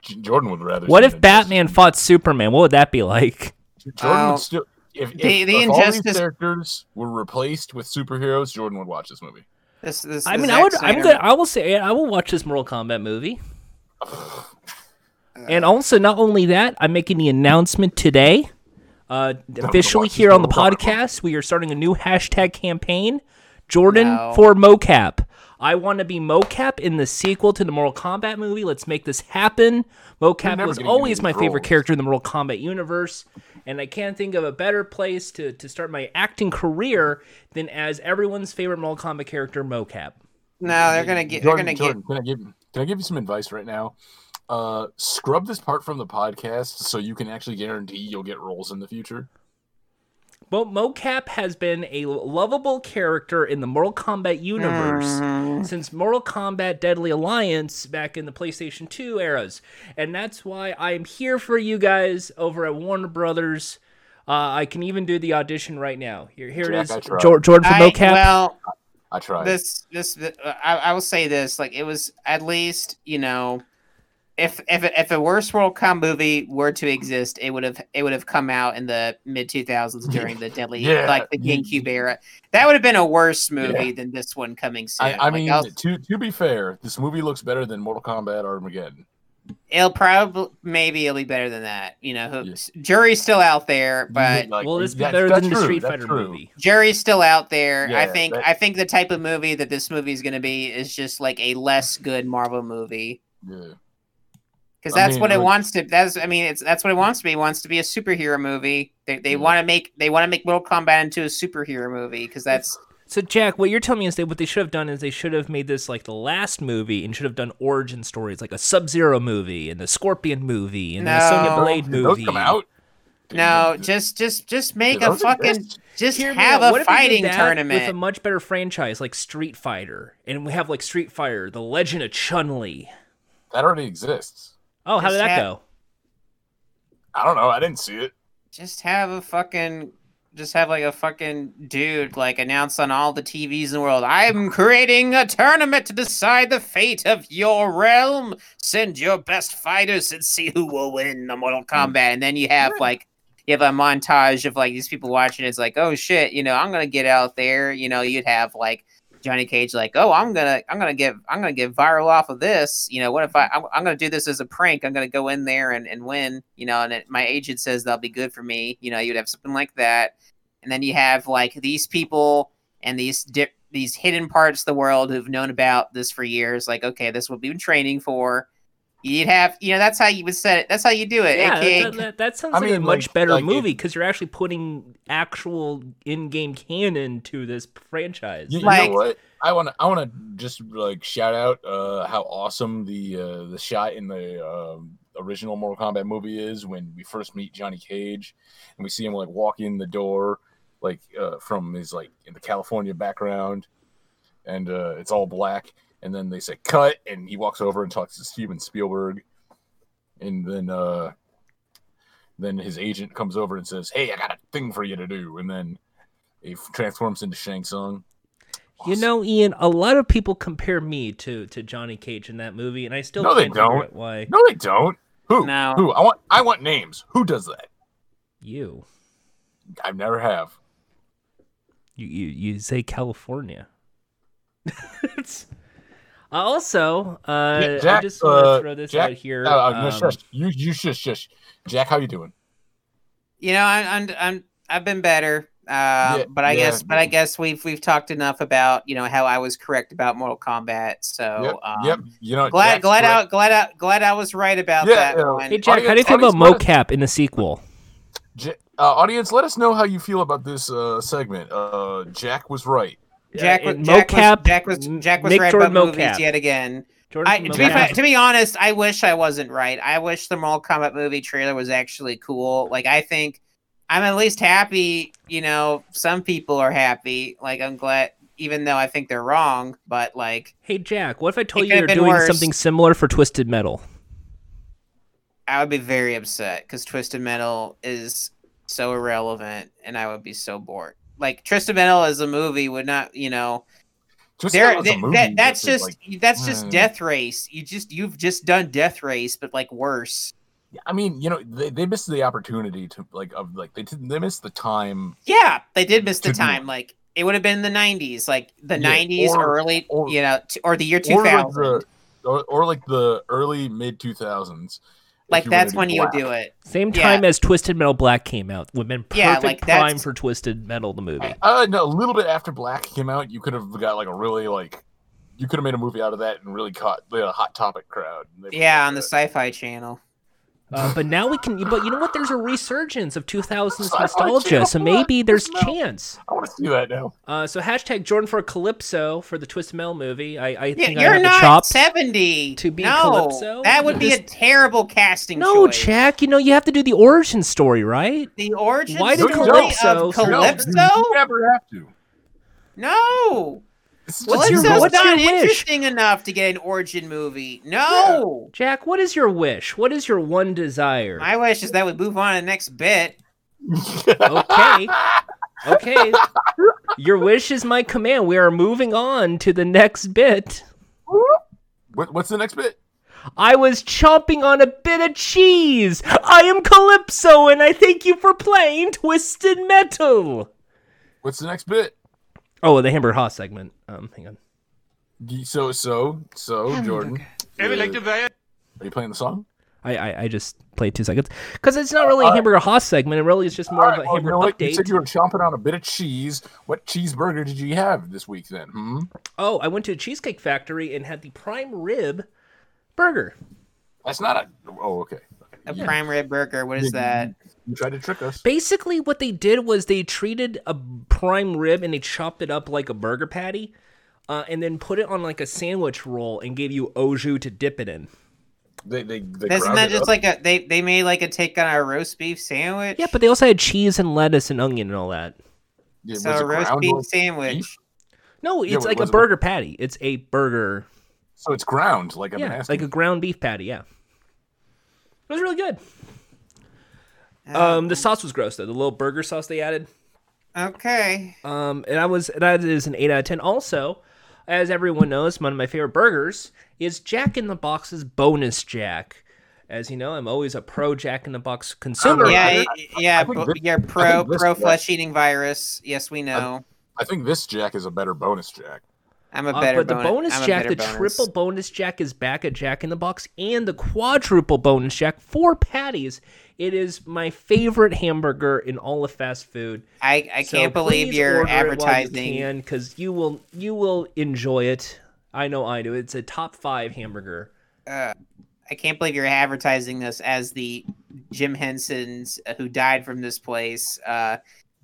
Jordan would rather.
What
see
if
an
Batman
injustice.
fought Superman? What would that be like?
Jordan
Oh.
would still. If, if,
The- the
if all these
injustice-
characters were replaced with superheroes, Jordan would watch this movie.
This, this,
I
this
mean, I would.
Zack
I'm
Snyder-
good. I will say I will watch this Mortal Kombat movie. And also, not only that, I'm making the announcement today. Uh, officially
watch
here
this
on the
Mortal Kombat
podcast, we are starting a new hashtag campaign, Jordan
No.
for mocap. I want to be mocap in the sequel to the Mortal Kombat movie. Let's make this happen. Mocap
never
was
gonna get
always
any
my favorite
roles.
character in the Mortal Kombat universe, and I can't think of a better place to, to start my acting career than as everyone's favorite Mortal Kombat character, mocap.
No, they're gonna get. They're
Jordan,
gonna get.
Jordan, Can I give? Can I give you some advice right now? Uh, scrub this part from the podcast so you can actually guarantee you'll get roles in the future.
Well, mocap has been a lovable character in the Mortal Kombat universe.
Mm,
since Mortal Kombat Deadly Alliance back in the PlayStation 2 eras. And that's why I'm here for you guys over at Warner Brothers. Uh, I can even do the audition right now. Here, here it
Jack,
is.
I tried.
Jor- Jordan from
I,
mocap.
well,
I tried.
this this uh, I, I will say this like it was at least you know if if if a worse World Cup movie were to exist it would have it would have come out in the mid 2000s during the deadly
Yeah,
like the
you-
GameCube era that would have been a worse movie
Yeah.
than this one coming soon
I, I
Like,
mean,
I'll-
to to be fair, this movie looks better than Mortal Kombat Armageddon.
it'll probably maybe it'll be better than that you know who-
Yeah.
jury's still out there but
Like,
well, it's
that's-
better
that's
than the
true,
Street
that's
Fighter
true.
movie.
Jury's still out there. I
Yeah,
think
that-
I think the type of movie that this movie is going to be is just like a less good Marvel movie.
Yeah.
because
I
that's
mean,
what it
like-
wants to. That's I mean, it's that's what it wants to be. It wants to be a superhero movie. They, they
Mm.
Yeah.
want to make they want to make Mortal Kombat into a superhero movie because that's
So, Jack, what you're telling me is that what they should have done is they should have made this like the last movie and should have done origin stories like a Sub Zero movie and the Scorpion movie and the Sonya
No.
Blade
Did
movie.
those come out? Did-
no.
did-
Just just just
did
make a
those
fucking
exist?
just
Hear me
have
out.
a
if we did
fighting
that with a
tournament.
much better franchise like Street Fighter, and we have like Street Fighter, the Legend of Chun Li.
that already exists.
Oh, how
Just
did that
ha-
go?
I don't know. I didn't see it.
Just have a fucking just have like a fucking dude like announce on all the TVs in the world. I'm creating a tournament to decide the fate of your realm. Send your best fighters and see who will win the
Mm.
Mortal Kombat. And then you have like you have a montage of like these people watching. It's like, oh shit, you know, I'm gonna get out there. You know, you'd have like Johnny Cage, like, oh, I'm gonna, I'm gonna get, I'm gonna get viral off of this. You know, what if I, I'm, I'm gonna do this as a prank. I'm gonna go in there and, and win. You know, and it, my agent says that'll be good for me. You know, you'd have something like that, and then you have like these people and these di- these hidden parts of the world who've known about this for years. Like, okay, this is what we've been training for. You'd have, you know, that's how you would set it. That's how you do it.
Yeah,
AKA,
that, that, that sounds
I
like a
mean,
much
like-
better
like if-
movie because you're actually putting actual in-game canon to this franchise.
You, you
Like-
know what? I want to. I want to just like shout out uh, how awesome the uh, the shot in the um original Mortal Kombat movie is when we first meet Johnny Cage and we see him like walk in the door like uh, from his like in the California background and uh, it's all black and then they say cut and he walks over and talks to Steven Spielberg and then uh, then his agent comes over and says hey I got a thing for you to do and then he f- transforms into Shang Tsung.
You know, Ian, a lot of people compare me to to Johnny Cage in that movie, and I still
No, they
can't figure
don't.
out Why
No, they don't. Who?
No.
Who? I want. I want names. Who does that?
you
I've never have.
you you, you say California? It's- also, uh,
Yeah, Jack,
I just want to
uh,
throw this
Jack-
out here.
No, no,
um,
shush. You, you shush, shush. Jack, how you doing?
you know, I, I'm, I'm, I've been better.
Yeah,
Uh, but I
yeah.
guess, but I guess we've we've talked enough about you know how I was correct about Mortal Kombat. So
yep,
um,
yep. You know,
glad,
Jack's right.
glad out, glad out, glad I was right about
Yeah,
that
yeah.
one.
hey, Jack, how do you
audience-
feel about
audience
mocap in the sequel?
J- uh, audience, let us know how you feel about this uh, segment. Uh, Jack was right.
Jack,
Uh,
was
in
Jack
mocap,
was Jack was
m-
Jack was
make
right
Jordan
about movies
mocap.
yet again.
Jordan
I,
from
to be
mocap.
fa- to be honest, I wish I wasn't right. I wish the Mortal Kombat movie trailer was actually cool. Like I think I'm at least happy. You know, some people are happy. Like I'm glad, even though I think they're wrong. But like
Hey Jack, what if I
It
told you
could've
you're
been
doing
worse.
something similar for Twisted Metal?
I would be very upset because Twisted Metal is so irrelevant, and I would be so bored. Like Twisted Metal as a movie would not, you know,
Just
there,
was a
that,
movie
that, that's
this is
just
like-
that's just
uh,
death race you just you've just done death race but like worse
I mean, you know, they, they missed the opportunity to like of like they didn't they missed the time
yeah they did miss the
To do
time like it would have been the 90s like the
Yeah,
90s
or-
early
or-
you know t- or the year
or like
2000
the or, or like the early mid two thousands.
like that's when you would do it
Same
Yeah.
time as Twisted Metal Black came out, would have been perfect
Yeah, like, that's-
prime for Twisted Metal the movie.
Uh, no, a little bit after Black came out, you could have got like a really like, you could have made a movie out of that and really caught the hot topic crowd. They would've
yeah
done
on the
that.
sci-fi channel
Uh, but now we can. But you know what? There's a resurgence of 2000s
Sci-fi
nostalgia,
channel,
so maybe there's
no.
chance.
I want to see that now.
Uh, so hashtag Jordan for Calypso for the Twisted Metal movie. I, I
yeah,
think I
you're
have
not
the chops.
70
to be
no
Calypso?
that would be a
Just-
terrible casting
No,
choice.
Jack. You know you have to do the origin story, right?
the origin
Why did
story
No, you
Calypso-
of
No, you
calypso
You never have to.
no
This is just
What's your-
Calypso's
what's
not
your wish?
interesting enough to get an origin movie. No,
Jack, what is your wish? What is your one desire?
my wish is that we move on to the next bit.
Okay, okay. Your wish is my command. We are moving on to the next bit.
What, what's the next bit?
I was chomping on a bit of cheese. I am Calypso, and I thank you for playing Twisted Metal.
What's the next bit?
Oh, the Hamburger Haas segment. Um, hang on.
Y- So so so Jordan. uh, are you playing the song?
I, I, I just played two seconds because it's not
Uh,
really a Hamburger Haas segment. It really is just more
All
of
right,
a
well, you
Hamburger
know what? oh, You said
update.
you were chomping on a bit of cheese. What cheeseburger did you have this week then? Hmm?
Oh, I went to a Cheesecake Factory and had the prime rib burger.
That's not a. Oh, okay.
A
Yeah.
prime rib burger. What is
Yeah,
that?
You tried to trick us.
Basically, what they did was they treated a prime rib and they chopped it up like a burger patty, uh, and then put it on like a sandwich roll and gave you au jus to dip it in.
They they they.
Isn't
ground
that
it
just
up.
like a they they made like a take on our roast beef sandwich?
Yeah, but they also had cheese and lettuce and onion and all that.
Yeah,
so
was it
a roast
ground
beef
like
sandwich.
beef?
No, it's
but
like a
was it-
burger patty. It's a burger.
So it's ground, like I've been
yeah,
asking.
like a ground beef patty. Yeah, it was really good.
Oh,
Um, the sauce was gross though. The little burger sauce they added.
okay.
Um, and I was that is an eight out of ten. Also, as everyone knows, one of my favorite burgers is Jack in the Box's Bonus Jack. As you know, I'm always a pro Jack in the Box consumer.
I-
Oh, Yeah,
I-
y- yeah,
I think
bu-
this-
yeah. Pro
think this
pro
guy-
flesh eating virus. Yes, we know.
I think this Jack is a better bonus Jack.
I'm a
Uh,
better.
but the
bone-
bonus
I'm a
jack,
better
the
bonus.
triple bonus jack is back at Jack in the Box, and the quadruple bonus jack, four patties. It is my favorite hamburger in all of fast food.
I I
So
can't believe
please
you're
order it while you
advertising.
can, because you will you will enjoy it. I know I do. It's a top five hamburger.
Uh, I can't believe you're advertising this as the Jim Henson's uh, who died from this place. Uh,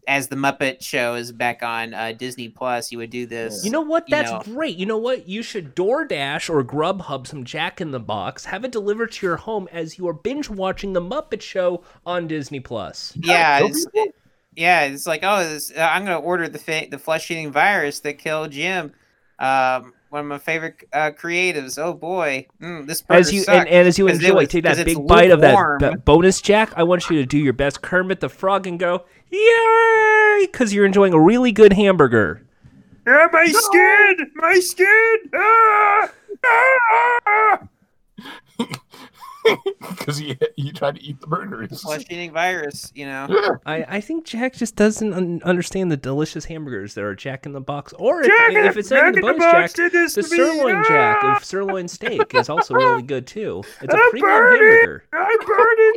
as the Muppet Show is back on uh, Disney Plus, you would do this.
You know what?
You
That's
know.
great. You know what? You should DoorDash or Grubhub some Jack in the Box, have it delivered to your home as you are binge watching The Muppet Show on Disney Plus.
yeah, it's, yeah, it's like oh, this, uh, I'm gonna order the fa- the flesh eating virus that killed Jim, um, one of my favorite uh, creatives. Oh boy, mm, this burger
As you
sucks.
and, and as you
'cause it
enjoy,
was-
take
'cause
that
it's
big bite of that,
lukewarm.
that bonus Jack. I want you to do your best Kermit the Frog and go yay because you're enjoying a really good hamburger.
Ah, my skin, my skin. Ah! Ah!
because he he tried to eat the burger. It's
Flesh
just-
eating virus, you know.
I, I think Jack just doesn't un- understand the delicious hamburgers that are Jack in the Box, or if,
Jack in
if
the-
it's not even
Jack in the
bonus
Box
Jack,
did this Ah!
the
to me.
sirloin Jack of sirloin steak is also really good too. It's a premium hamburger,
I'm burning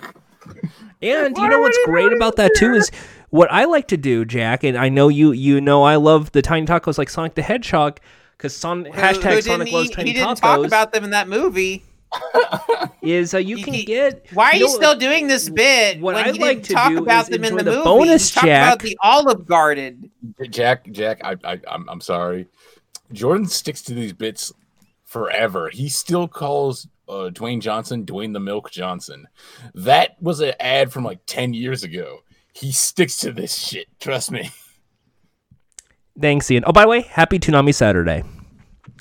hell.
and you know what's great about that too is what I like to do, Jack, and I know you you know I love the tiny tacos like Sonic the Hedgehog because son- hashtag Sonic loves
he,
tiny
didn't talk
tacos
about them in that movie.
is uh, you
he-
can
he-
get
Why are
you
you
know-
still doing this bit
what
when
I
you
like
didn't
to
talk
do
about
is
them in
enjoy
the,
the
movie?
bonus,
you talked about
Jack.
the Olive Garden.
Jack, Jack, I, I, I'm, I'm sorry. Jordan sticks to these bits forever. He still calls uh, Dwayne Johnson Dwayne the Milk Johnson. That was an ad from like ten years ago. He sticks to this shit. Trust me.
Thanks, Ian. Oh, by the way, happy Toonami Saturday.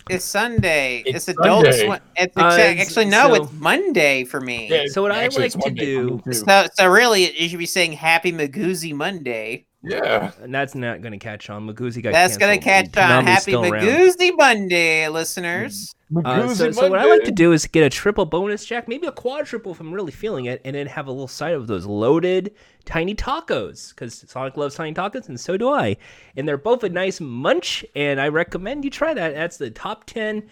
It's Sunday.
It's
It's, adult
Sunday.
swim. It's
Uh,
exact-
it's-
actually no,
so-
it's Monday for me.
Yeah,
So what I
actually, it's
like to
Monday for me,
do-
too.
So, so really, you should be saying Happy Magoozy Monday.
yeah,
And that's not going to catch on. Magoozy got
That's gonna
canceled,
catch on.
Toonami's
Happy
still around.
Magoozy Monday, listeners.
Uh, so,
Magoozy
so what I like
Monday.
to do is get a triple bonus jack, maybe a quadruple if I'm really feeling it, and then have a little side of those loaded tiny tacos because Sonic loves tiny tacos and so do I, and they're both a nice munch, and I recommend you try that. That's the top ten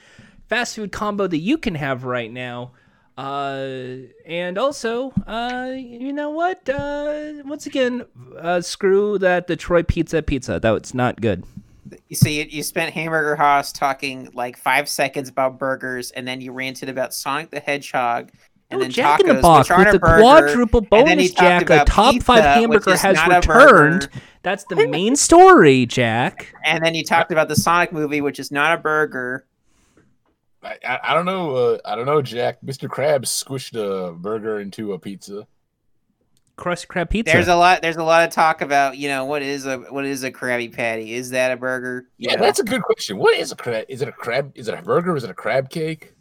fast food combo that you can have right now. Uh, and also, uh, you know what? Uh, once again, uh, screw that Detroit pizza pizza. That was not good.
You see, you, you spent Hamburger Haas talking like five seconds about burgers, and then you ranted about Sonic the Hedgehog,
No,
and then
Oh, Jack
tacos,
in the Box
which aren't
with
a
the
burger,
quadruple
and then he
bonus
talked
Jack. A
about
top five
pizza, which
hamburger
is
has
not a
returned.
burger,
That's the main story, Jack.
and then you talked about the Sonic movie, which is not a burger.
I, I, I don't know. Uh, I don't know, Jack. Mr. Krabs squished a burger into a pizza.
Crust crab pizza.
There's a lot. There's a lot of talk about you know what is a what is a Krabby Patty? Is that a burger? You
Yeah,
know?
that's a good question. What is a crab? Is it a crab? Is it a burger? Is it a crab cake?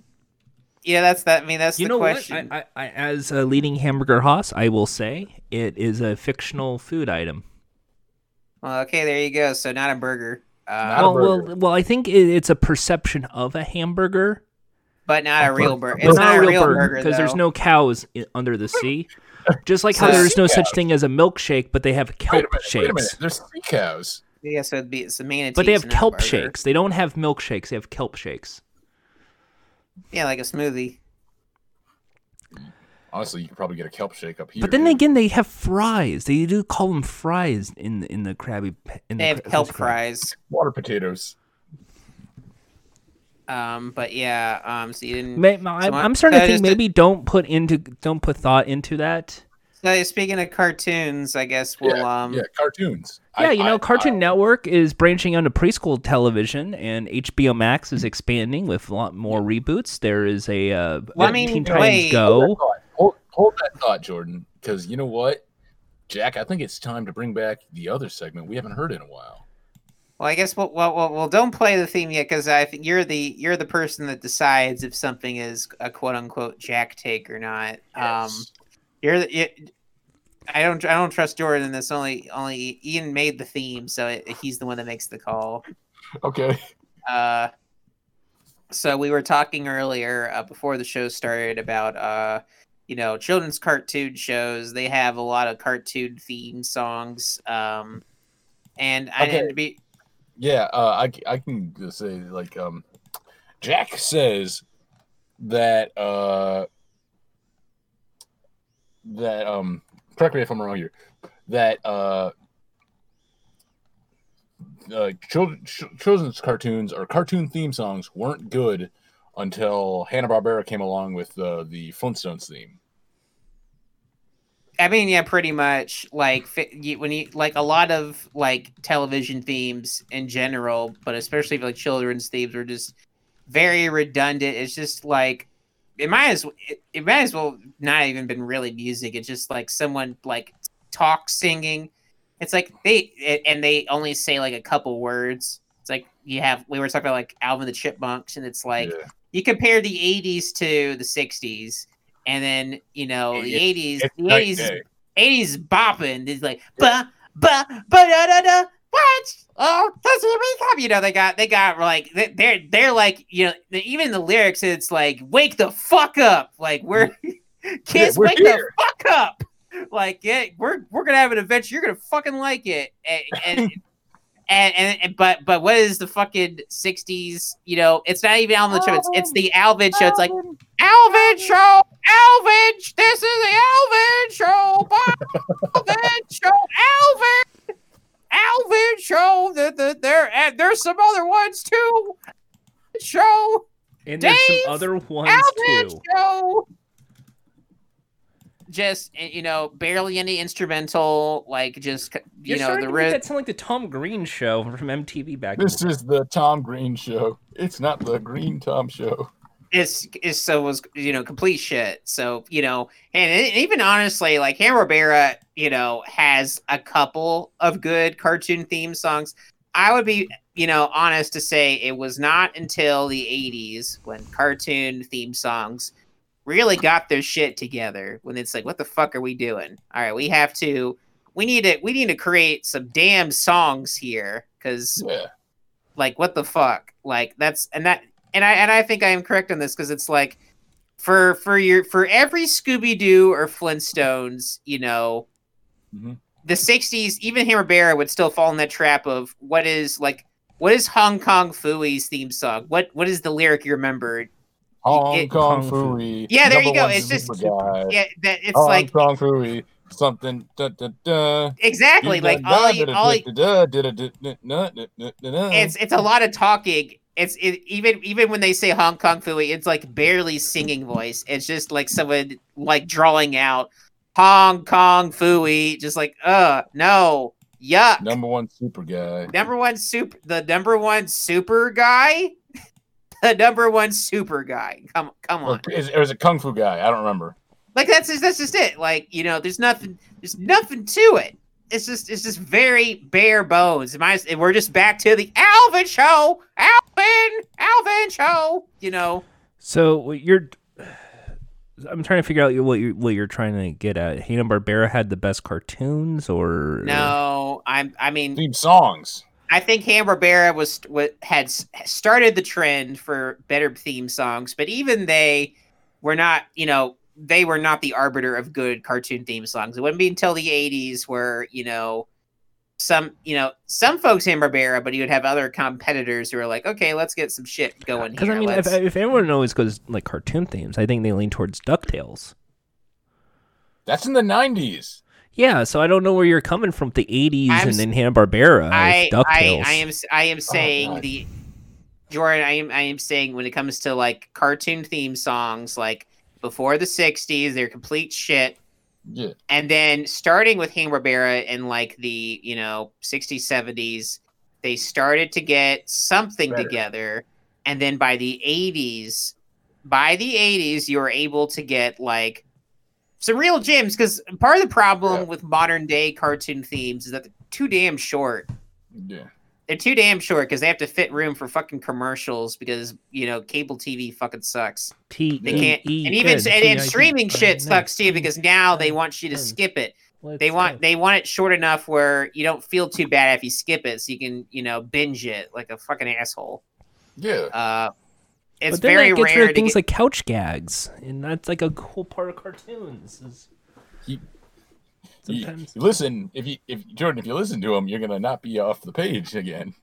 yeah, that's that. I mean, that's
you
the
know
question.
what? I, I, I, as a leading hamburger hoss, I will say it is a fictional food item.
Well, okay, there you go. So not a burger, uh,
Not a
Well, well,
burger.
well, I think it, it's a perception of a hamburger.
but not a real burger.
But
It's not, a real burger
because there's
though.
no cows i- under the sea. Just like how
So-
there is no such thing as a milkshake, but they have
Wait
kelp
a minute.
shakes.
Wait a minute. There's three cows.
Yeah, so it'd be it's a manatee.
But they have
it's not a
kelp
burger.
shakes. They don't have milkshakes. They have kelp shakes.
Yeah, like a
Mm,
smoothie.
Honestly, you could probably get a kelp shake up here.
But then
dude.
again, they have fries. They do call them fries in in the Krabby. P- In
They
the
have
Kra-
kelp
Krabby Krab.
fries.
water potatoes.
Um, but yeah, um, so you didn't.
May- my- I'm,
So I-
I'm starting
so I
to think
just did-
maybe don't put into don't put thought into that.
So speaking of cartoons, I guess we'll um.
yeah, cartoons.
Yeah,
I-
you know,
I-
Cartoon Network is branching onto preschool television, and HBO Max is expanding with a lot more reboots. There is a uh,
Well, I
uh,
mean,
Teen
wait.
Titans
I- hold that
Go.
thought. Hold, hold that thought, Jordan, because you know what, Jack. I think it's time to bring back the other segment we haven't heard in a while.
Well, I guess we'll well, well, well don't play the theme yet because I think you're the you're the person that decides if something is a quote unquote jack take or not. Um,
Yes.
you're the. You, I don't. I don't trust Jordan. in This only. Only Ian made the theme, so it, he's the one that makes the call.
Okay.
Uh, so we were talking earlier uh, before the show started about uh, you know children's cartoon shows. They have a lot of cartoon themed songs. Um, and I
Okay.
and to be
Yeah, uh, I c- I can just say like um, Jack says that uh, that um, correct me if I'm wrong here. That uh, uh, children, ch- children's cartoons or cartoon theme songs weren't good until Hanna Barbera came along with uh, the Flintstones theme.
I mean, yeah, pretty much. Like fi- you- when you like a lot of like television themes in general, but especially like children's themes, are just very redundant. It's just like it might as it, it might as well not even been really music. It's just like someone like talk singing. It's like they a- and they only say like a couple words. It's like you have we were talking about like Alvin and the Chipmunks, and it's like
Yeah.
you compare the 80s to the 60s and then you know the
It's-
80s
It's
the
night
80s
day.
80s bopping it's like ba ba ba da da da what oh that's here we come you know they got they got like they- they're they're like you know the- even the lyrics it's like wake the fuck up like we're kids
we're
wake
here.
the fuck up like yeah we're we're gonna have an adventure you're gonna fucking like it and, and And, and, and but but what is the fucking sixties? You know, it's not even Alvin the Chipmunks.
Oh,
It's the Alvin show. It's like Alvin show, Alvin. This is the Alvin show. Alvin show, Alvin, Alvin show. The, the, there and there's some other ones too. Show,
And there's
Dave!
some other ones
Alvin
too.
show. Just eh, you know, barely any instrumental. Like just you
You're
know
starting
the
to make
rhythm.
that sound like the Tom Green show from MTV back. in the
This is the Tom Green show. It's not the Green Tom show.
is is so was you know complete shit. So you know, and, and even honestly, like Hammer Barbera, you know, has a couple of good cartoon theme songs. I would be you know honest to say it was not until the '80s when cartoon theme songs really got their shit together. When it's like, what the fuck are we doing? All right, we have to. We need to. We need to create some damn songs here because
Yeah.
like what the fuck like that's and that and i and i think i am correct on this because it's like for for your for every scooby-doo or flintstones you know
Mhm.
the 60s even hammer bear would still fall in that trap of what is like what is hong kong fooey's theme song what what is the lyric you remember
Hong
It-
Kong
Kung
Fooey.
Yeah, there you
number
go.
one
It's just-
super guy.
yeah that it's
Hong
like
Kong Fooey. Something. Da, da, da.
exactly like
Da, da,
all,
da,
you,
da,
all you,
da, da, da, da, da, da, da, da, da.
it's it's a lot of talking. It's it, even even when they say Hong Kong Philly, it's like barely singing voice. It's just like someone like drawing out Hong Kong Phooey, just like uh no yuck.
number one super guy.
Number one super the number one super guy, the number one super guy. Come come
Or
on,
is, or is it Kung Fu guy? I don't remember.
like that's just, that's just it. Like you know, there's nothing there's nothing to it. It's just it's just very bare bones. Am I, and we're just back to the Alvin show, Alvin, Alvin show. You know,
So what you're, I'm trying to figure out what you what you're trying to get at. Hanna Barbera had the best cartoons, or
no, I'm I mean
Theme songs.
I think Ham Barbera was what had s- started the trend for better theme songs, but even they were not. You know, they were not the arbiter of good cartoon theme songs. It wouldn't be until the '80s where you know some you know some folks Ham Barbera, but you would have other competitors who are like, okay, let's get some shit going
Because
here.
I mean, if,
let's-
if anyone always goes like cartoon themes, I think they lean towards Ducktales.
That's in the 90s.
Yeah, so I don't know where you're coming from. The '80s
I'm
and
s-
then Hanna Barbera,
I, I
Ducktales.
I am s- I am saying
God.
the Jordan. I am I am saying when it comes to like cartoon theme songs, like before the '60s, they're complete shit.
Yeah.
And then starting with Hanna Barbera in like the you know '60s, '70s, they started to get something
Better.
together. And then by the '80s, by the '80s, you were able to get like some real gems. Because part of the problem
Yeah.
with modern day cartoon themes is that they're too damn short
Yeah.
they're too damn short because they have to fit room for fucking commercials because you know cable TV fucking sucks.
T E
They
Mm-hmm.
can't, and even and, and streaming shit sucks too because now they want you to
Mm.
N.
skip it. They want they want it short enough where you don't feel too bad if you skip it, so you can you know binge it like a fucking asshole.
Yeah.
Uh, it's
but then
very
that gets
rare
rid
to
of things
get,
like couch gags, and that's like a cool part of cartoons. Is...
You- You-
Sometimes.
you listen, if you if Jordan, if you listen to him, you're gonna not be off the page again.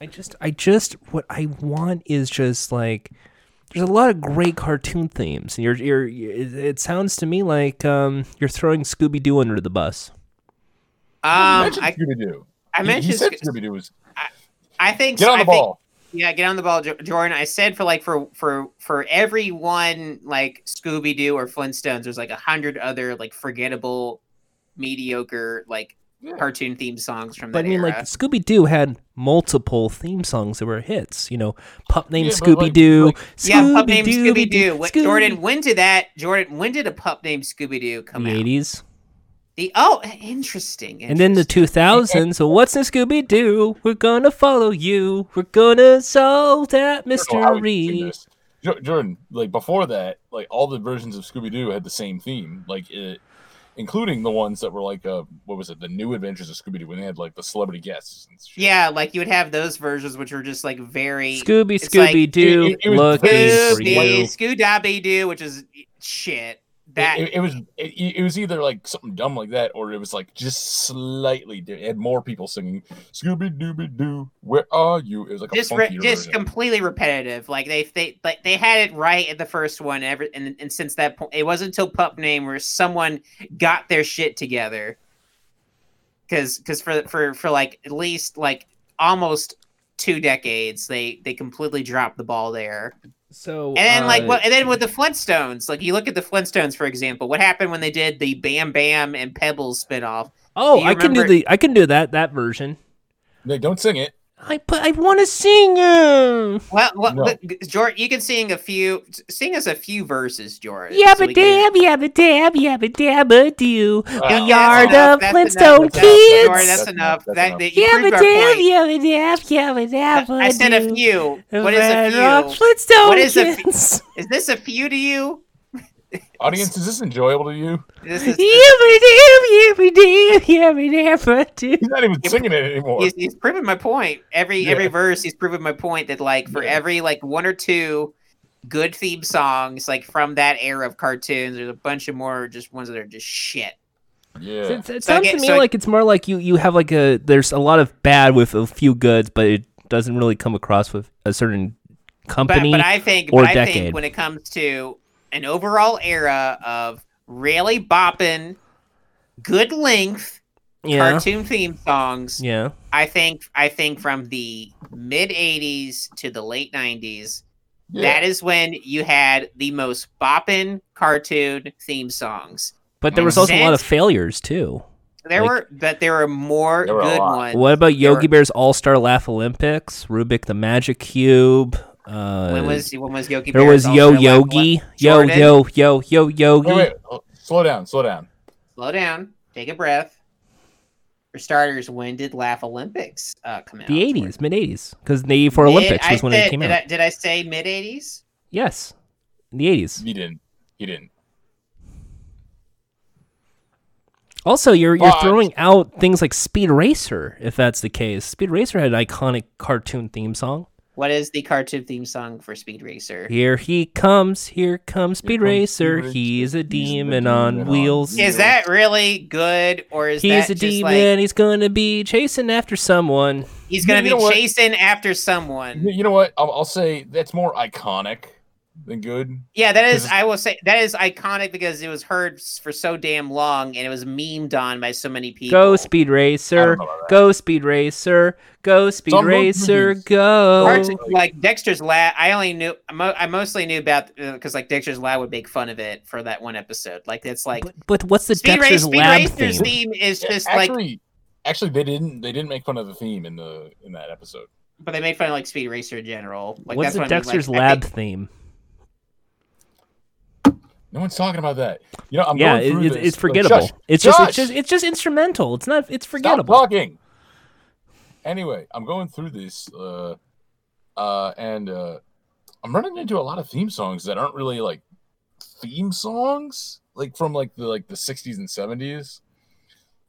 I just, I just, what I want is just like, there's a lot of great cartoon themes, and you're, you're, it, it sounds to me like um, you're throwing Scooby Doo under the bus.
um
mentioned
I,
Scooby Doo.
Um, I
he
mentioned
said
Sco-
Scooby Doo was
I think
get on the
I think-
ball.
Yeah, get on the ball, Jo- Jordan. I said for like for for for every one like Scooby Doo or Flintstones, there's like a hundred other like forgettable, mediocre like cartoon theme songs from that
But I mean,
era.
like Scooby Doo had multiple theme songs that were hits. You know, pup named
Yeah, but, like-
Scooby Doo.
like-
yeah, pup named Scooby Doo. Jordan, when did that? Jordan, when did a pup named Scooby Doo come
the
out?
eighties,
The oh, interesting.
and then the
interesting.
two thousands. So what's in Scooby Doo? We're gonna follow you. We're gonna solve that
Oh, I don't know how we can do
mystery.
this. Jo- Jordan, like before that, like all the versions of Scooby Doo had the same theme, like it, including the ones that were like, uh, what was it, the New Adventures of Scooby Doo, when they had like the celebrity guests. And shit.
yeah, like you would have those versions which were just like very
Scooby
It's like-
Scooby Doo,
it- it- it was
looking
very
for you.
Scooby Scooby Doo, which is shit. That
It, it- it was it, it was either like something dumb like that, or it was like just slightly. di- It had more people singing Scooby Dooby Doo. Where are you? It was like a
just
funkier
re- just
version.
completely repetitive. Like they they like they had it right at the first one. Ever and, and since that point, it wasn't until Pup Name where someone got their shit together. Because because for for for like at least like almost two decades, they they completely dropped the ball there.
So
And then like
uh,
what? And then with the Flintstones, like you look at the Flintstones for example, what happened when they did the Bam Bam and Pebbles spinoff?
Oh,
do you
I can do
remember-
the I can do that that version.
They don't sing it.
I but I want to sing uh, him.
Well, what,
No.
what, George, you can sing a few, sing us a few verses, George. so
Yabba
we can-
dab, yabba dab, yabba dabba do.
Wow.
The
Yeah,
yard
enough,
of
that's
Flintstone
enough, that's enough, George,
kids.
that's
That's
enough.
enough, that's
That,
enough.
that you
Yabba
proved our
dab,
point.
yabba dab, yabba dabba do.
I said a few. What is a
Red Rock
few?
Flintstone
What is a few?
kids.
Is this a few to you?
Audience, is this enjoyable to you?
This is.
Yabba dab, yabba dab, yabba dabba do.
He's not even singing it anymore.
He's, he's proven my point. Every
Yeah.
every verse, he's proven my point that like for
Yeah.
every like one or two good theme songs like from that era of cartoons, there's a bunch of more just ones that are just shit.
Yeah.
It, it
So I
sounds
get-
to me
so I-
like it's more like you you have like a there's a lot of bad with a few goods, but it doesn't really come across with a certain company.
but, but I think,
or
but I
decade.
think when it comes to an overall era of really bopping, good length
yeah,
cartoon theme songs,
yeah.
I think I think from the mid '80s to the late '90s,
yeah.
that is when you had the most bopping cartoon theme songs.
But there was
Mhm.
also a lot of
Zant-
failures too.
There
Like-
were, but there were more
There were a
good
lot.
ones.
What about
there
Yogi
were-
Bear's All Star Laugh Olympics? Rubik the Magic Cube. Uh,
When was when was Yogi?
there
Bear's
was Yo
also allowed to
Yogi, Yo
Jordan?
Yo Yo Yo Yogi.
Wait, wait, oh, slow down, slow down.
slow down, take a breath. For starters, when did Laugh Olympics uh, come out?
The eighties, mid eighties, because the eighty four
Mid-
Olympics
I
was when
said,
it came
did
out.
I, did I say mid eighties?
Yes, in the eighties.
He didn't. He didn't.
Also, you're you're
But-
throwing out things like Speed Racer, if that's the case. Speed Racer had an iconic cartoon theme song.
What is the cartoon theme song for Speed Racer?
Here he comes, here comes Speed
comes Speed
Racer.
Racer,
He's a demon
demon
on
on
wheels.
wheels.
Is that really good, or is
He's
that
a
just
demon.
like
He's gonna be chasing after someone.
he's gonna
You know
be
what?
chasing after
You
someone?
you know what? I'll, I'll say that's more iconic than good.
Yeah, that is.
This is-
I will say that is iconic because it was heard s- for so damn long and it was memed on by so many people.
Go Speed
I
Racer.
don't know about that.
Go Speed Racer. Go Speed
Some
Racer.
movies.
Go.
Parts- like Dexter's Lab, I only knew. I mo- I mostly knew about because like Dexter's Lab would make fun of it for that one episode. Like it's like
But, but what's the
Speed, Race,
Dexter's
Speed
Lab
Racer's
theme?
theme is
Yeah,
just like
actually, actually, they didn't. They didn't make fun of the theme in the in that episode.
but they made fun of like Speed Racer in general. Like
what's
that's
the
what I mean,
Dexter's
like, I
Lab
think-
theme?
No one's talking about that. You know, I'm
yeah,
going
it,
through
it's-
this.
it's forgettable.
Shush,
it's just it's
Josh!
just it's just instrumental. It's not it's
Stop
forgettable.
talking. Anyway, I'm going through this, uh, uh, and uh, I'm running into a lot of theme songs that aren't really like theme songs, like from like the like the '60s and '70s.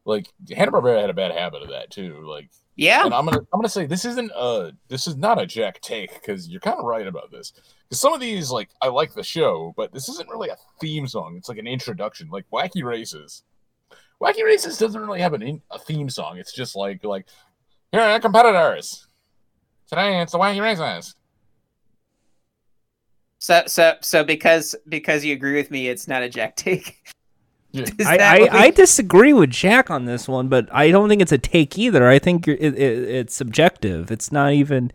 Like Hanna Barbera had a bad habit of that too. Like,
yeah,
and I'm gonna I'm gonna say this isn't uh this is not a Jack take because you're kind of right about this. Because some of these like I like the show, but this isn't really a theme song. It's like an introduction, like Wacky Races. Wacky Races doesn't really have an in, a theme song. It's just like like here are the competitors. Today it's the Wacky Races.
so so so because because you agree with me, it's not a Jack take.
Yeah.
Is
I,
that
I,
what we-
I disagree with Jack on this one, but I don't think it's a take either. I think you're, it, it, it's subjective. It's not even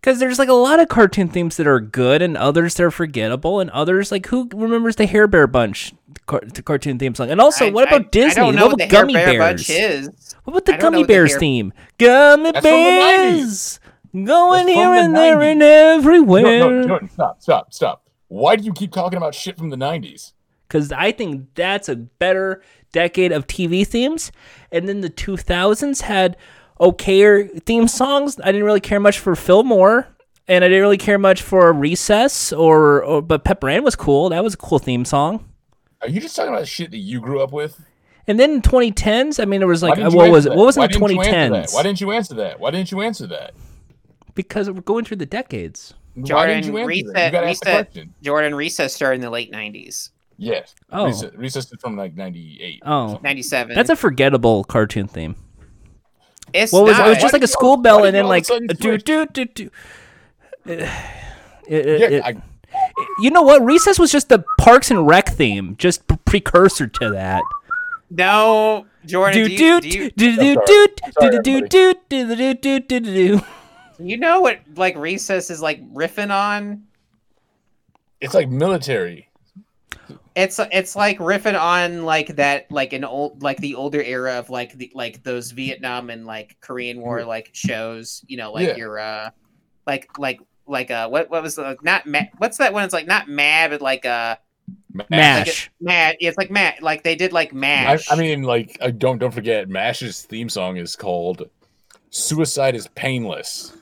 because there's like a lot of cartoon themes that are good and others that are forgettable and others like who remembers the Hair Bear Bunch car- the cartoon theme song? And also,
I-
what about
I-
Disney?
I don't know
what
the
about gummy
Hair Bear
bears?
Bunch is.
What about the
I don't know
gummy
what the
bears
hair-
theme? Gummy
That's from the
bears going
That's from
here
the
and there
90s.
and
No, no,
everywhere.
Jordan, stop, stop, stop. Why do you keep talking about shit from the 90s?
because I think that's a better decade of TV themes. And then the 2000s had okayer theme songs. I didn't really care much for Fillmore, and I didn't really care much for Recess or, or but Pepper Ann was cool. That was a cool theme song.
Are you just talking about shit that you grew up with?
And then in 2010s, I mean, there was
Why
like
didn't you
what
answer
was it?
that?
What was
Why
in the
didn't you answer that?
2010s?
Why didn't you answer that? Why didn't you answer that?
because we're going through the decades.
Why didn't you answer
Jordan,
that?
reset-
You gotta ask the
reset.
question.
Jordan Recess started in the late '90s,
Yes.
Oh.
Recess, Recess is from like 98.
Oh,
'97.
that's a forgettable cartoon theme.
it's
What was
not.
it? Was just
Why
like a
did
school
y'all-
bell,
why
and
did
then
y'all all of a
like
sudden
do
switch?
do do do. It- it-
Yeah,
it-
I,
You know what? Recess was just the Parks and Rec theme, just p- precursor to that.
no, Jordan.
Do
Do
do
you, do you,
do do
I'm
do
sorry. I'm
do
sorry,
do do do do do do do.
you know what like Recess is like riffing on?
it's like military.
It's it's like riffing on like that like an old like the older era of like the like those Vietnam and like Korean War like shows. You know, like
Mm-hmm. Yeah.
your uh, like like like uh, what what was the, not ma- what's that one? It's like not mad, but like uh,
Mash.
mad. It's like mad. Like they did like
I,
mash.
I mean, like, I don't don't forget, Mash's theme song is called "Suicide is Painless."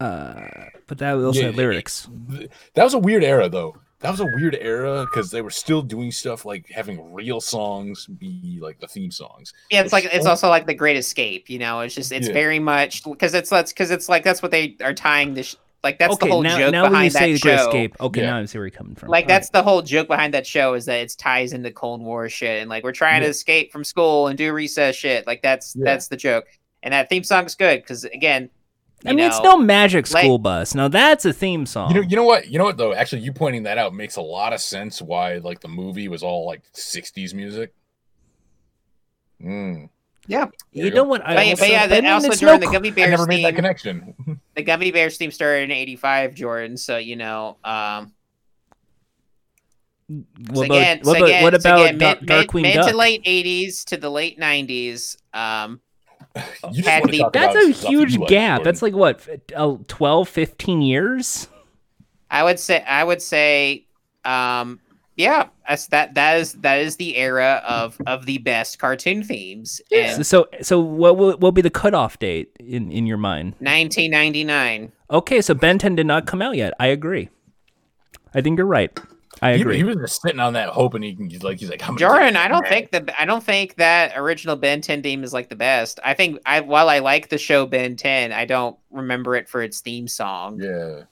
Uh, but that also
Yeah,
had lyrics.
Th- That was a weird era, though. That was a weird era because they were still doing stuff like having real songs be like the theme songs.
Yeah, it's like
It's
it's
all-
also like the Great Escape. You know, it's just it's
Yeah.
very much because it's that's because it's like that's what they are tying this. Like that's
Okay,
the whole
now
joke
now when you
behind
say the
that show.
Great Escape, okay,
Yeah.
now I see where you're coming from.
Like
All
that's the whole joke behind that show is that it ties into Cold War shit and like we're trying to escape from school and do recess shit. Like that's
Yeah.
that's the joke. And that theme song's good because again,
right. I
you
mean, it's no
know,
Magic
like-
School Bus. Now that's a theme song.
You know, you know what? You know what though? Actually, you pointing that out makes a lot of sense. Why like the movie was all like '60s music. Mm.
Yeah.
There
You
go.
know what? I
but,
also,
but yeah,
I
then
mean,
also
it's
during
no
the Gummy
I
Bears
never made that
theme,
connection.
the Gummy Bears theme started in '85, Jordan. So you know, um,
What
so again,
about what
so
about
again,
what
so
about
again,
Dar-
mid, mid,
Darkwing
mid to
Duck?
late '80s to the late '90s. Um,
You just
Had
wanna
the-
talk
That's
about
a
stuff you
huge
like,
gap.
Jordan.
That's like what f- uh, 12, 15 years.
I would say I would say um yeah, that's that that is that is the era of of the best cartoon themes
So-
in
So, so what will, what will be the cutoff date in, in your mind?
1999.
Okay, so Ben 10 did not come out yet. I agree. I think you're right. I
He-
agree.
He, was just sitting on that hoping he can he's like he's like how many
Jordan,
times
I don't
can
think the I don't think that original Ben 10 theme is like the best. I think I while I like the show Ben 10, I don't remember it for its theme
I-
song.
Yeah.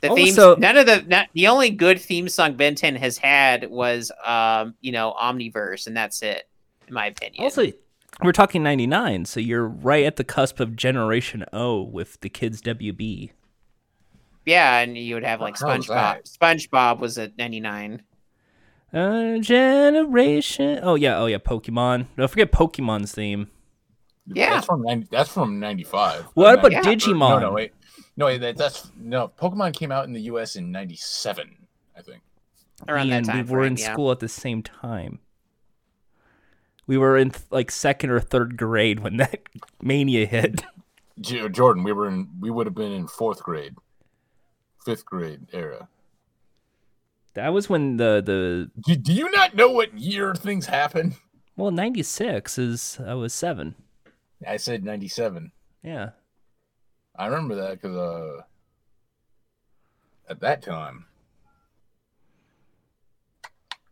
The
Also-
themes none of the not, the only good theme song Ben 10 has had was um, you know, Omniverse and that's it in my opinion.
also, we're talking 99, so you're right at the cusp of Generation O with the kids WB.
Yeah, and you would have like
How is
SpongeBob. SpongeBob was at 99.
Uh, generation. Oh, yeah. Oh, yeah. Pokemon. Don't forget Pokemon's theme.
Yeah.
That's from 90, that's from 95.
What about
Not-
Yeah.
Digimon?
No, no, wait. No, wait, that, that's no. Pokemon came out in the US in 97, I think.
Around
Ian,
that time.
we were in
frame, yeah.
school at the same time. We were in th- like second or third grade when that mania hit.
J- Jordan, we were in we would have been in 4th grade. 5th grade era.
That was when the the
Do, do you not know what year things happen?
well ninety six is I was seven.
I said 97.
Yeah,
I remember that cuz uh at that time.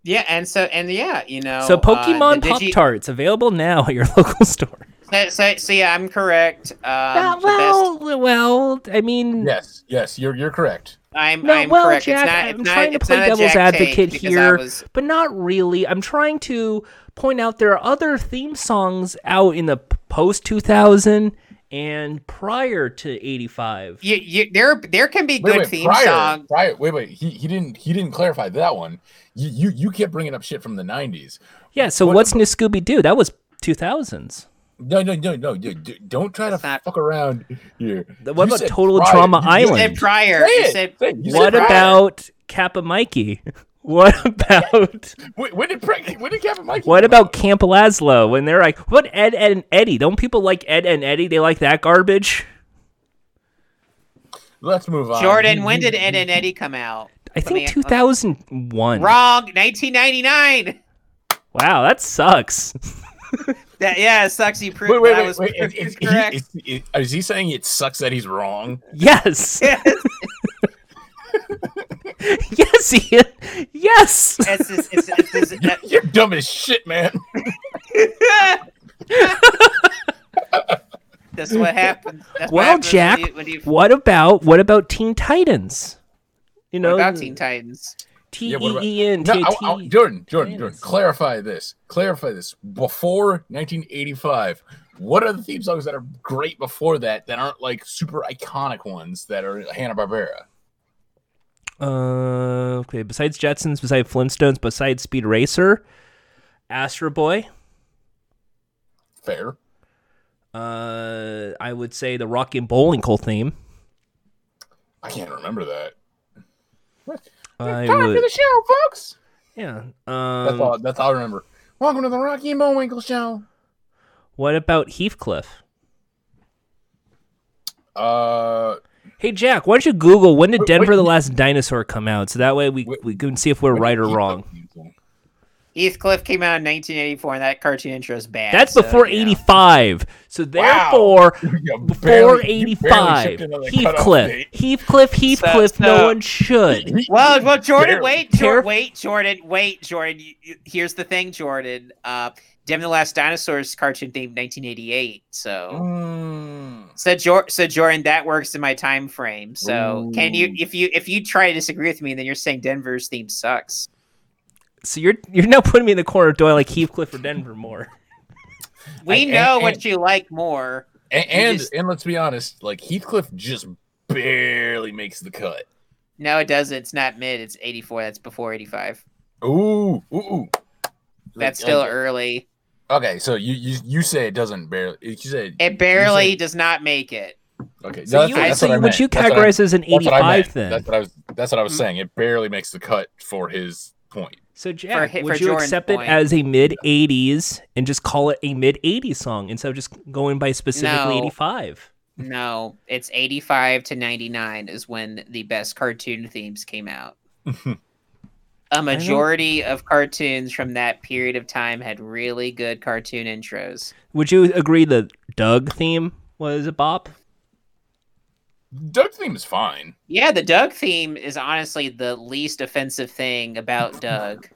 Yeah, and so and yeah, you know.
so
uh,
Pokemon
the
Pop
Digi-
Tarts available now at your local store.
So, so, so yeah, I'm correct. Um,
Uh,
the best,
well, well, I mean,
Yes, yes, you're you're correct.
I'm,
No,
I'm
well,
correct.
Jack,
it's not,
I'm
it's not,
trying to
it's
play
not a
devil's
Jack take
advocate
because I
here.
was-
but not really. I'm trying to point out there are other theme songs out in the post two thousand and prior to eighty five.
you, you, there, there can be good theme
prior,
songs.
prior- wait, wait. He, he didn't he didn't clarify that one. You you, you kept bringing up shit from the '90s.
Yeah, so
What-
what's new Scooby Doo? That was 2000s.
No, no, no, no. You, d- don't try to
It's not-
fuck around here.
The- What
You
about
said
Total
prior.
Trauma
You
You said
Island?
prior.
Say
You
it.
said
Say it. You said
what
prior.
about Kappa Mikey? What about
Wait, when did Pre- when did Captain Mike?
what about Camp Lazlo? When they're like, what Ed, Ed and Eddie? Don't people like Ed and Eddie? They like that garbage.
Let's move on.
Jordan.
You-
When
you-
did Ed and Eddie come out?
I
Let me-
think
uh,
2001.
Wrong. 1999.
Wow, that sucks.
That yeah, it sucks. You proved
Wait, wait,
that I
wait,
was
wait. Is,
proved
is,
correct.
he, is, is, is he saying it sucks that he's wrong?
Yes,
Yes,
yes, he is. Yes.
it's, it's, it's, it's, it's,
You're dumb as shit, man.
that's what happened. That's what
Well,
happens when
Jack,
you- when you-
What about what about Teen Titans? You
what
know,
about Teen Titans?
T
Yeah, what about-
E E N
No,
T
I, I,
T.
Jordan, Jordan, Jordan.
Yes.
Clarify this. Clarify this. Before 1985, what are the theme songs that are great before that that aren't like super iconic ones that are Hanna Barbera?
Uh, okay. Besides Jetsons, besides Flintstones, besides Speed Racer, Astro Boy,
Fair.
uh, I would say the Rocky and Bowling Cole theme.
I can't remember that.
I
Time for
would,
the show, folks.
yeah.
That's all.
Um,
That's all I remember. Welcome to the Rocky and Bullwinkle Show.
what about Heathcliff?
Uh,
Hey Jack, why don't you Google when did
Wait,
Denver
wait,
the Last Dinosaur come out? So that way we
Wait,
we can see if we're right or wrong.
Heathcliff came out in 1984, and that cartoon intro is bad.
That's
so,
before
you know.
'85. So therefore,
You
before
barely- you barely
'85,
shipped another cutoff
Heathcliff,
date.
Heathcliff, Heathcliff.
so-
No one should.
He-
Well, well, Jordan,
Barely.
wait, Jordan,
Terrif-
wait, Jordan, wait, Jordan. You, you, here's the thing, Jordan. Uh, Dem the Last Dinosaurs cartoon theme, 1988. So,
Mm.
so, Jor- so Jordan, that works in my time frame. So, can you,
Ooh.
if you, if you try to disagree with me, then you're saying Denver's theme sucks.
So you're you're now putting me in the corner of do I like Heathcliff or Denver more?
We
And-
know
and-
what you like more.
And and,
just-
and let's be honest, like Heathcliff just barely makes the cut.
No, it doesn't. It's not mid. It's 84. That's before 85.
Ooh, ooh, ooh.
That's
Like,
still
like-
early.
okay. So you you you say it doesn't barely. You say
It barely does not make it.
okay.
So
that's-
you,
that's
so
what I
would
meant.
you
That's what I-
categorize as an
that's what I meant.
85 then?
That's what I was. That's what I was
Mm.
saying. It barely makes the cut for his point.
So Jack,
hi-
would
for
you
Jordan's
accept it
point.
as a mid '80s and just call it a mid '80s song instead of just going by specifically
No.
'85?
No, it's 85 to 99 is when the best cartoon themes came out. A majority of cartoons from that period of time had really good cartoon intros.
Would you agree the Doug theme was a bop?
Doug's theme is fine.
Yeah, the Doug theme is honestly the least offensive thing about Doug.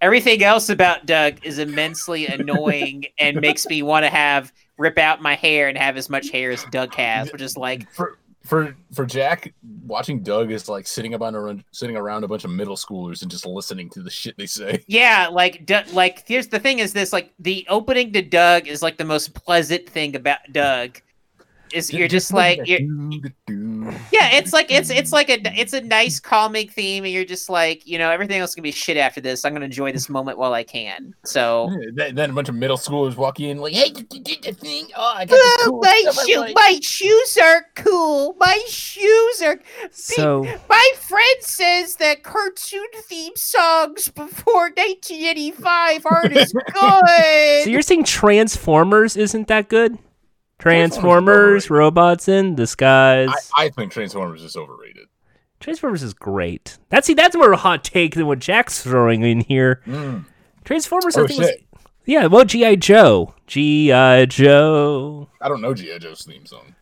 Everything else about Doug is immensely annoying and makes me want to have rip out my hair and have as much hair as Doug has, which is like
for for for Jack, watching Doug is like sitting about around sitting around a bunch of middle schoolers and just listening to the shit they say.
Yeah, like D- like here's the thing is this like the opening to Doug is like the most pleasant thing about Doug. Is you're just like you're, yeah, it's like it's it's like a it's a nice calming theme and you're just like, you know, everything else is going to be shit after this. I'm going to enjoy this moment while I can. So
Then, then a bunch of middle schoolers walk in like, "Hey, you did the thing? Oh, I got this
Oh,
cool
my
stuff I
shoe,
like."
my shoes are cool. My shoes are.
So
My friend says that cartoon theme songs before 1985 aren't as good.
So you're saying Transformers isn't that good?
Transformers is
Transformers, robots in disguise.
I, I think Transformers is overrated.
Transformers is great. That's see, that's more of a hot take than what Jack's throwing in here.
Mm.
Transformers,
Oh,
I think, was-
shit.
yeah. Well, GI Joe, GI Joe.
I don't know GI Joe's theme song.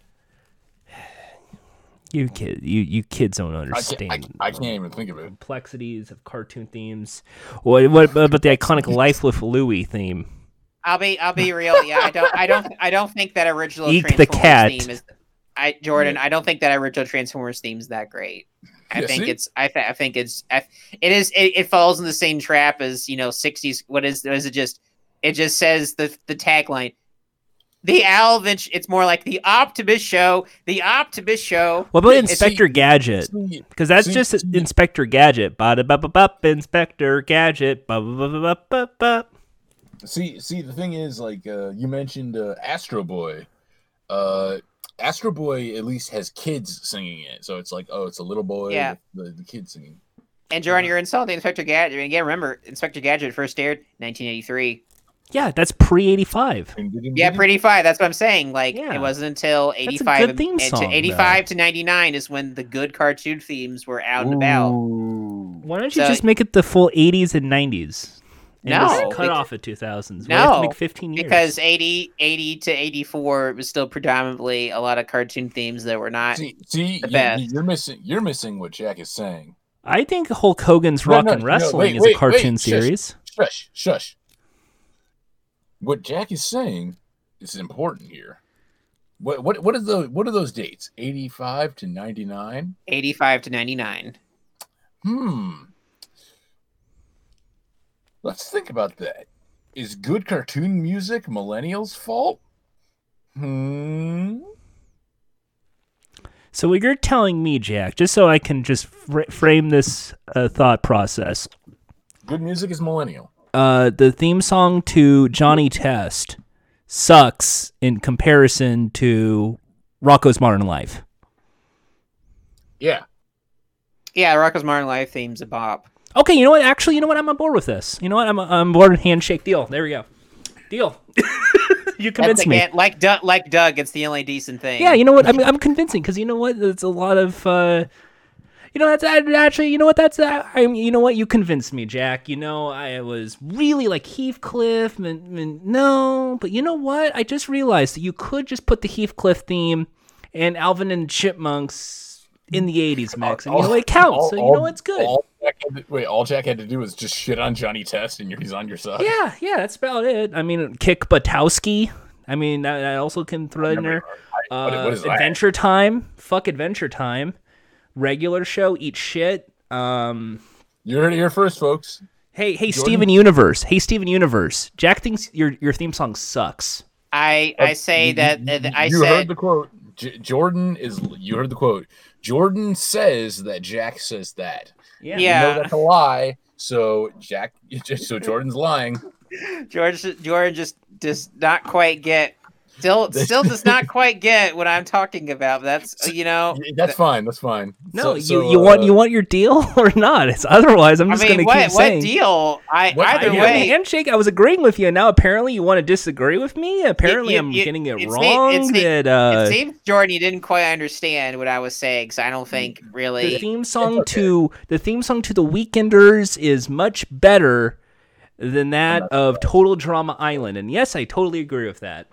You kid, you you kids don't
I can't,
understand.
I, I can't even think of it.
Complexities of cartoon themes. What what about the iconic "Life with Louie" theme?
I'll be I'll be real. Yeah, I don't I don't I don't think that original
Eek the
Transformers
cat.
theme is I Jordan, I don't think that original Transformers theme is that great. I
Yeah,
think
see?
it's I, th- I think it's I, it is it, it falls in the same trap as, you know, 60s what is is it just it just says the the tagline the Alvin it's more like the Optimus show, the Optimus show.
What about
Yeah,
Inspector
see-
Gadget?
See,
Because that's
See-
just
see-
Inspector Gadget. Ba da ba ba ba. Inspector Gadget. Ba ba ba ba ba ba.
See, see, the thing is, like uh, you mentioned, uh, Astro Boy. Uh, Astro Boy at least has kids singing it, so it's like, oh, it's a little boy,
Yeah.
with the, the kid singing.
And
Uh-huh.
Jordan, you're insulting Inspector Gadget. And again, remember, Inspector Gadget first aired 1983.
Yeah, that's pre eighty five.
And did he-
Yeah,
did he-
pretty fine. That's what I'm saying. Like
Mm-hmm. Yeah.
it wasn't until
a
85
good
and-
theme
and
song,
to 85 to 99 is when the good cartoon themes were out and about.
Ooh.
Why don't you
So-
just make it the full eighties and nineties? And
No,
just cut
bec-
off at two thousands. Why do you have to
No,
make fifteen years.
Because 80 80 to 84 it was still predominantly a lot of cartoon themes that were not
See, see,
the
you-
best.
you're missing, you're missing what Jack is saying.
I think Hulk Hogan's
No,
Rock
no,
and
no,
Wrestling
wait,
is
wait,
a
wait,
cartoon
shush.
series.
Shush, shush. What Jack is saying is important here. What what what are the what are those dates? Eighty five to ninety nine.
85 to 99.
Hmm. Let's think about that. Is good cartoon music millennials' fault? Hmm.
So what you're telling me, Jack, just so I can just fr- frame this uh, thought process.
Good music is millennial.
Uh, the theme song to Johnny Test sucks in comparison to Rocco's Modern Life.
Yeah.
Yeah, Rocco's Modern Life themes a bop.
Okay, you know what? Actually, you know what? I'm on board with this. You know what? I'm I'm board. Handshake deal. There we go. Deal. you
That's
convinced me.
again, like Doug, like Doug, it's the only decent thing.
Yeah, you know what? I'm I'm convincing because you know what? It's a lot of. Uh, you know that's I- actually you know what that's I I mean, you know what you convinced me Jack you know I was really like Heathcliff and, and no but you know what I just realized that you could just put the Heathcliff theme and Alvin and Chipmunks in the 80s mix and you know what? it counts Oh, so you know what's good
All Jack had to, wait, all Jack had to do was just shit on Johnny Test, and you're, he's on your side.
Yeah, yeah, that's about it. I mean, Kick Batowski. I mean, I, I also
Oh,
can throw in there
I- what-
uh,
what is that?
Adventure Time. Fuck Adventure Time. Regular show. Eat shit. Um.
You heard it here first, folks.
Hey, hey, Steven Universe. Hey, Steven Universe. Jack thinks your your theme song sucks.
I I say that I
you
said
heard the quote. J- Jordan is. You heard the quote. Jordan says that Jack says that.
Yeah.
You
Yeah.
know that's a lie. So Jack. So Jordan's lying.
George George just does not quite get still still does not quite get what I'm talking about. That's you know
That's fine. That's fine.
No,
So-
you,
so,
you want
uh,
you want your deal or not? It's otherwise I'm
I
just
mean
gonna
what
keep
what
saying.
deal? I
What deal?
either
I mean,
way
handshake. I was agreeing with you. and Now apparently you want to disagree with me. Apparently
you-
I'm
you-
getting it,
it's me-
wrong.
it's me-
that uh,
it seems Jordan you didn't quite understand what I was saying because I
Mm,
don't think
the
really
theme song
okay.
to the theme song to the Weekenders is much better than that of Total Drama Island. And yes, I totally agree with that.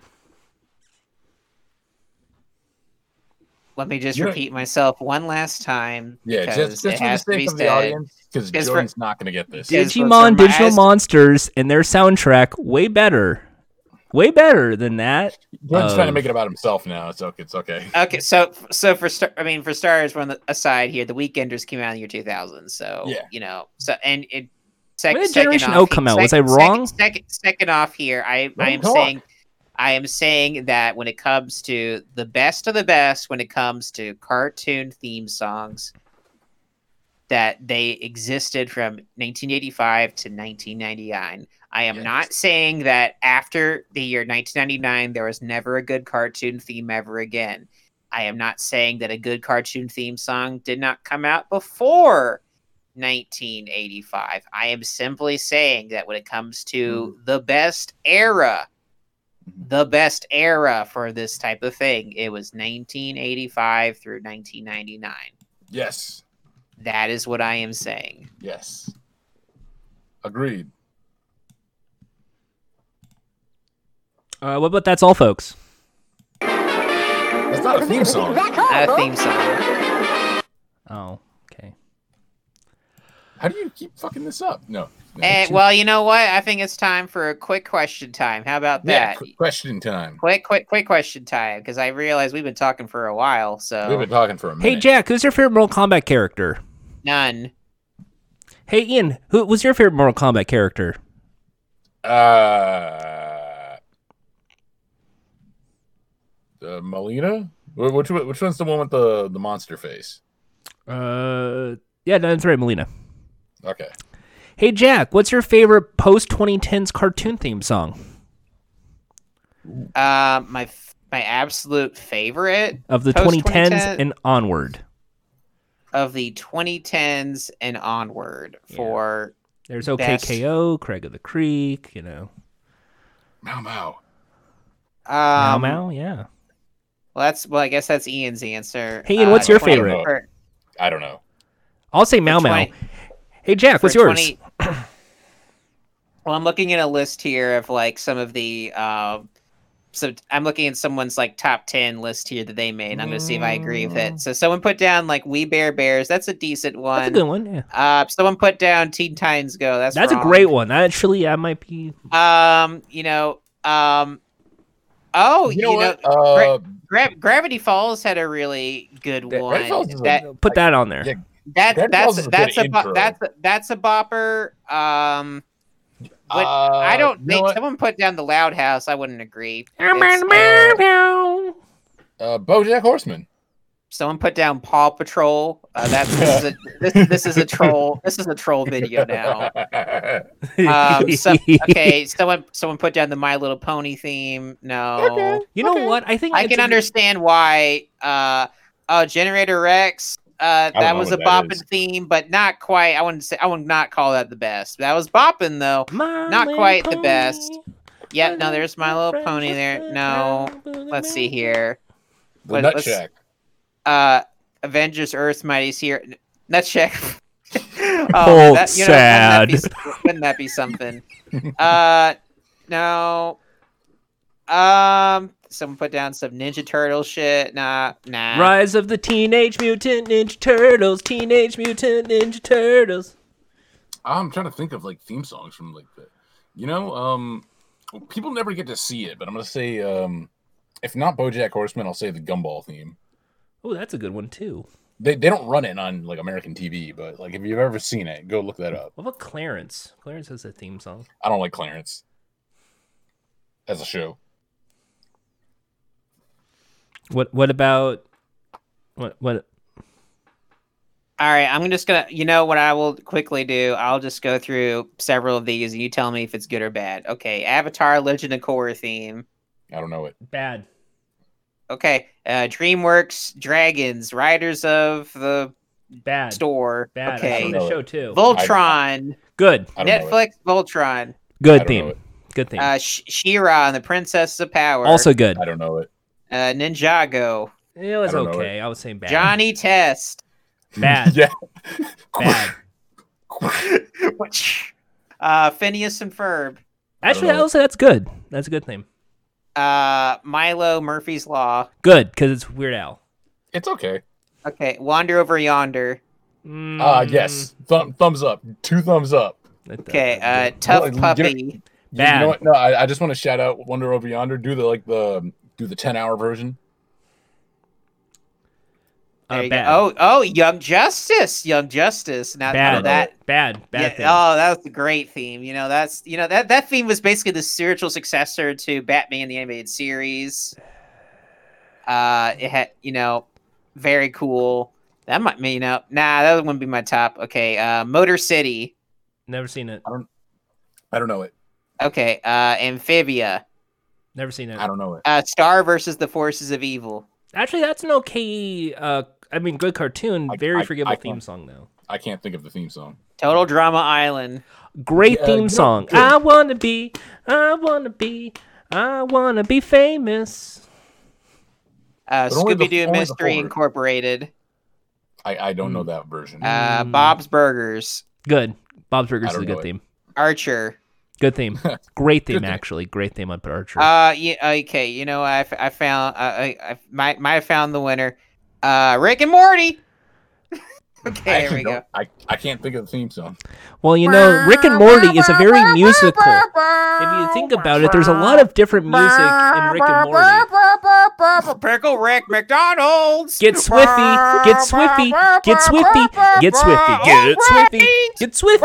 let me just
You're-
repeat myself one last time.
Yeah,
because
just, just
it
for the
has to be
sake of the
said.
audience, because
Just for-
Jordan's not going to get this.
Yes, those are
Digimon
my
Digital
ass-
Monsters and their soundtrack way better. Way better than that.
Jordan's trying to
um,
make it about himself now. It's okay. It's okay.
Okay, so so for star, I mean for starters, one aside here, the Weekenders came out in the year 2000 . So
Yeah.
you know, so and it. Sec,
When did
second
Generation
off,
O come out? Was
sec-
I wrong?
Second, second, second off here, I I
Don't
am
talk.
saying, I am saying that when it comes to the best of the best, when it comes to cartoon theme songs, that they existed from 1985 to 1999. I am
Yes.
not saying that after the year 1999 there was never a good cartoon theme ever again. I am not saying that a good cartoon theme song did not come out before 1985. I am simply saying that when it comes to the best era, the best era for this type of thing, it was 1985 through 1999.
Yes.
That is what I am saying.
Yes. Agreed.
Uh, what about that's all, folks?
That's not a theme song.
Not a theme song.
Oh, okay.
How do you keep fucking this up? No. no.
Eh, well, you know what? I think it's time for a quick question time. How about
yeah.
that?
qu- question time.
Quick, quick, quick question time, because I realize we've been talking for a while,
We've
so
been talking for a minute.
Hey, Jack, who's your favorite Mortal Kombat character?
none.
Hey, Ian, who was your favorite Mortal Kombat character?
Uh, uh Melina. Wh- Which one- which one's the one with the the monster face?
Uh, yeah, that's right, Melina.
Okay.
Hey Jack, what's your favorite post 2010s cartoon theme song
Uh, my f- my absolute favorite
of the
Post
2010s
2010
and onward?
of the 2010s and onward
Yeah.
for
There's
Best.
OKKO, Craig of the Creek, you know,
Mau Mau.
Mau
um,
Mau, yeah.
Well, that's well. I guess that's Ian's answer. Uh,
Hey, Ian, what's your favorite?
for-
I don't know.
I'll say Mau
for
Mau.
20
Hey Jack,
for
what's yours?
20 well, I'm looking at a list here of like some of the. Um, so I'm looking at someone's like top ten list here that they made. And I'm going to see if I agree with
Mm.
it. So someone put down like We Bear Bears. That's a decent one.
That's a good one. Yeah.
Uh, someone put down Teen Titans Go. That's
That's a
wrong.
great one. Actually, I might be.
Um, you know, um, oh,
you know what? uh,
Gra- Gravity Falls had a really good
That-
one.
Gravity Falls is a-
that
Put that on there.
Yeah.
that
Gravity Falls
that's
is a
that's
good
a bo-
intro.
that's a, that's a bopper. Um, What-
uh,
I don't
you know
think
what?
someone put down the Loud House. I wouldn't agree. It's-
It's-
Uh, BoJack Horseman.
Someone put down Paw Patrol. Uh, that's this is, a, this, this is a troll. This is a troll video now. Um, so, okay, someone someone put down the My Little Pony theme. No.
You know what? I think
I
it's
can
a-
understand why. Uh, oh, Generator Rex. Uh,
don't
that
know
was a
what that
bopping
is.
theme, but not quite. I wouldn't say I would not call that the best. That was bopping though.
My
not
Little
quite the
Pony.
best.
My
Yep. No, there's My Little
Friend
Pony there.
with a
No.
brown
Let's see
booty
here.
The
What-
Nut
what's-
Shack.
Uh, Avengers Earth Mighty's here. Nutcheck.
Oh,
you know, Wouldn't that be, wouldn't that be something? uh, no. Um, someone put down some Ninja Turtle shit. Nah, nah.
man. Rise of the Teenage Mutant Ninja Turtles. Teenage Mutant Ninja Turtles.
I'm trying to think of like theme songs from like the, you know, um, people never get to see it, but I'm gonna say, um, if not BoJack Horseman, I'll say the Gumball theme.
Oh, that's a good one too.
They they don't run it on like American TV, but like if you've ever seen it, go look that up.
What about Clarence? Clarence has a theme song.
I don't like Clarence as a show.
What What about what what?
All right, I'm just gonna. You know what I will quickly do? I'll just go through several of these, and you tell me if it's good or bad. Okay, Avatar: Legend of Korra theme.
I don't know it.
Bad.
Okay, uh, DreamWorks: Dragons, Riders of the
Bad.
Store.
Bad. I
Okay,
saw
know
the
it.
show too.
Voltron,
Good.
I don't know it.
Netflix, Voltron,
I
Good
don't know
theme.
it.
Good theme.
uh, Sh- She-Ra and the Princess of Power.
also good.
I don't know it.
uh, Ninjago,
It
I
was
don't know
okay. I was saying bad.
Johnny Test.
Bad.
yeah.
Bad.
uh, Phineas and Ferb.
Actually,
know it.
I'll say that's good. That's a good theme.
Uh, Milo, Murphy's Law.
Good because it's Weird Al.
It's okay.
Okay, Wander Over Yonder.
Ah,
Mm,
yes. Thumb, thumbs up. Two thumbs up.
that- that-
Okay, uh,
that's good.
Well,
Tough
you
Puppy.
You- You
Bad.
know what? No, I, I just want to shout out Wonder Over Yonder. Do the like the do the ten hour version.
Uh,
There you go.
bad.
Oh, oh, Young Justice, Young Justice. Now now
bad.
that.
Bad. Bad
uh, yeah,
thing.
oh, that was a great theme. You know, that's you know that that theme was basically the spiritual successor to Batman the animated series. Uh, it had you know, very cool. That might mean you know, nah, that wouldn't be my top. Okay, uh, Motor City.
Never seen it.
I don't know it.
Okay, uh, Amphibia.
Never seen it.
I don't know it.
Uh, Star versus the Forces of Evil.
Actually, that's an okay. Uh, I mean, good cartoon.
I-
Very
I-
forgivable
I can't-
theme song though.
I can't think of the theme song.
Total Drama Island.
Great
Yeah,
theme
good-
song.
good.
I wanna be. I wanna be. I wanna be famous.
Uh,
But only the-
Scooby Doo
only the
Mystery
forward.
Incorporated.
I, I don't know that version.
Uh,
Mm.
Bob's Burgers.
Good. Bob's Burgers
I
is
don't
a good
know it.
theme.
Archer.
Good theme. Great theme
Good theme.
actually. Great theme on Archer.
Uh, yeah, okay. You know, I, f- I found uh, I, I my my found the winner. Uh, Rick and Morty.
I
okay, there
actually
we go.
don't- I, I can't think of the theme song.
Well, you know, Rick and Morty is a very musical. If you think about it, there's a lot of different music in Rick and Morty.
Pickle Rick McDonald's.
Get Swiffy, get Swiffy, get Swiffy, get Swiffy, get Swiffy, get Swiffy,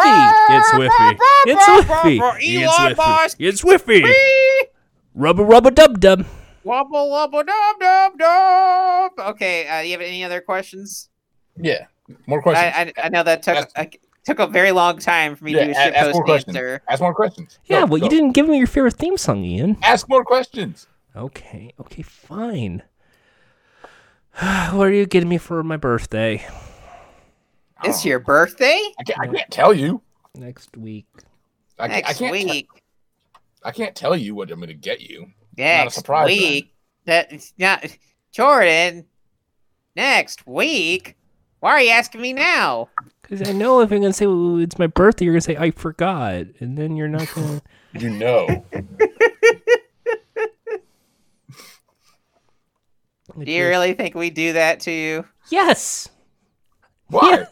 get Swiffy, get Swiffy, get
Elon
Swiffy,
Musk.
get Swiffy,
Beep.
rubber rubber dub dub.
Wubble wubble dub dub dub. Okay, uh, you have any other questions?
Yeah. More questions.
I, I, I know that took.
Ask-
I, took a very long time for me
Yeah,
to do a
a- ask more
shitpost
questions.
answer.
Ask more questions.
Yeah,
Go,
well,
go.
you didn't give me your favorite theme song, Ian.
Ask more questions.
Okay, okay, fine. what are you getting me for my birthday?
I
It's
don't-
your birthday
Oh, I can't, I can't tell you.
Next week.
I, can't-
next
I can't. te-
week.
I can't tell you what I'm going to get you.
next
surprise then.
week. That it's not Jordan. Next week. Why are you asking me now?
Because I know if I'm going to say "Ooh, it's my birthday, you're going to say, I forgot. And then you're not going to.
You know.
Do you really think we do that to you?
Yes!
Why?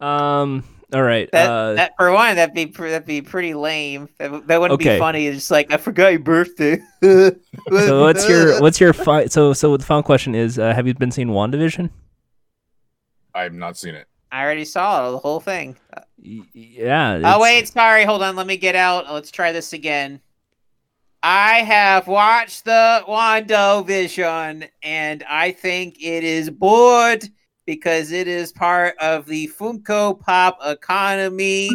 Um. All right.
That,
uh,
that for one, that'd be pr- that'd be pretty lame. That, w- that wouldn't
Okay.
be funny. It's just like I forgot your birthday.
so what's your what's your fi- so so the final question is uh, have you been seeing Wandavision?
I've not seen it.
I already saw the whole thing.
Y- yeah.
Oh
it's-
wait, sorry. Hold on. Let me get out. Let's try this again. I have watched the WandoVision, and I think it is bored because it is part of the Funko Pop economy,
Yeah,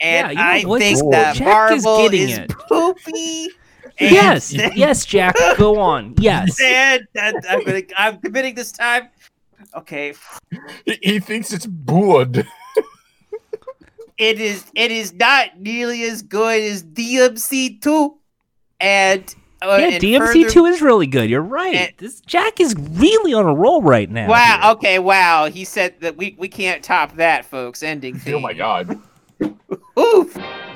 and
you know
I
what?
think
Bored.
that
Jack is
Marvel
getting
is
it.
poopy. and
Yes.
that-
yes, Jack. Go on. Yes.
and that- I'm gonna, I'm committing this time. Okay,
He, he thinks it's bored.
it is it is not nearly as good as DMC two, and uh,
Yeah,
and
DMC
further-
two is really good. You're right.
And-
this Jack is really on a roll right now.
Wow.
here.
Okay. Wow. He said that we we can't top that, folks. Ending theme.
Oh my Oh god.
Oof.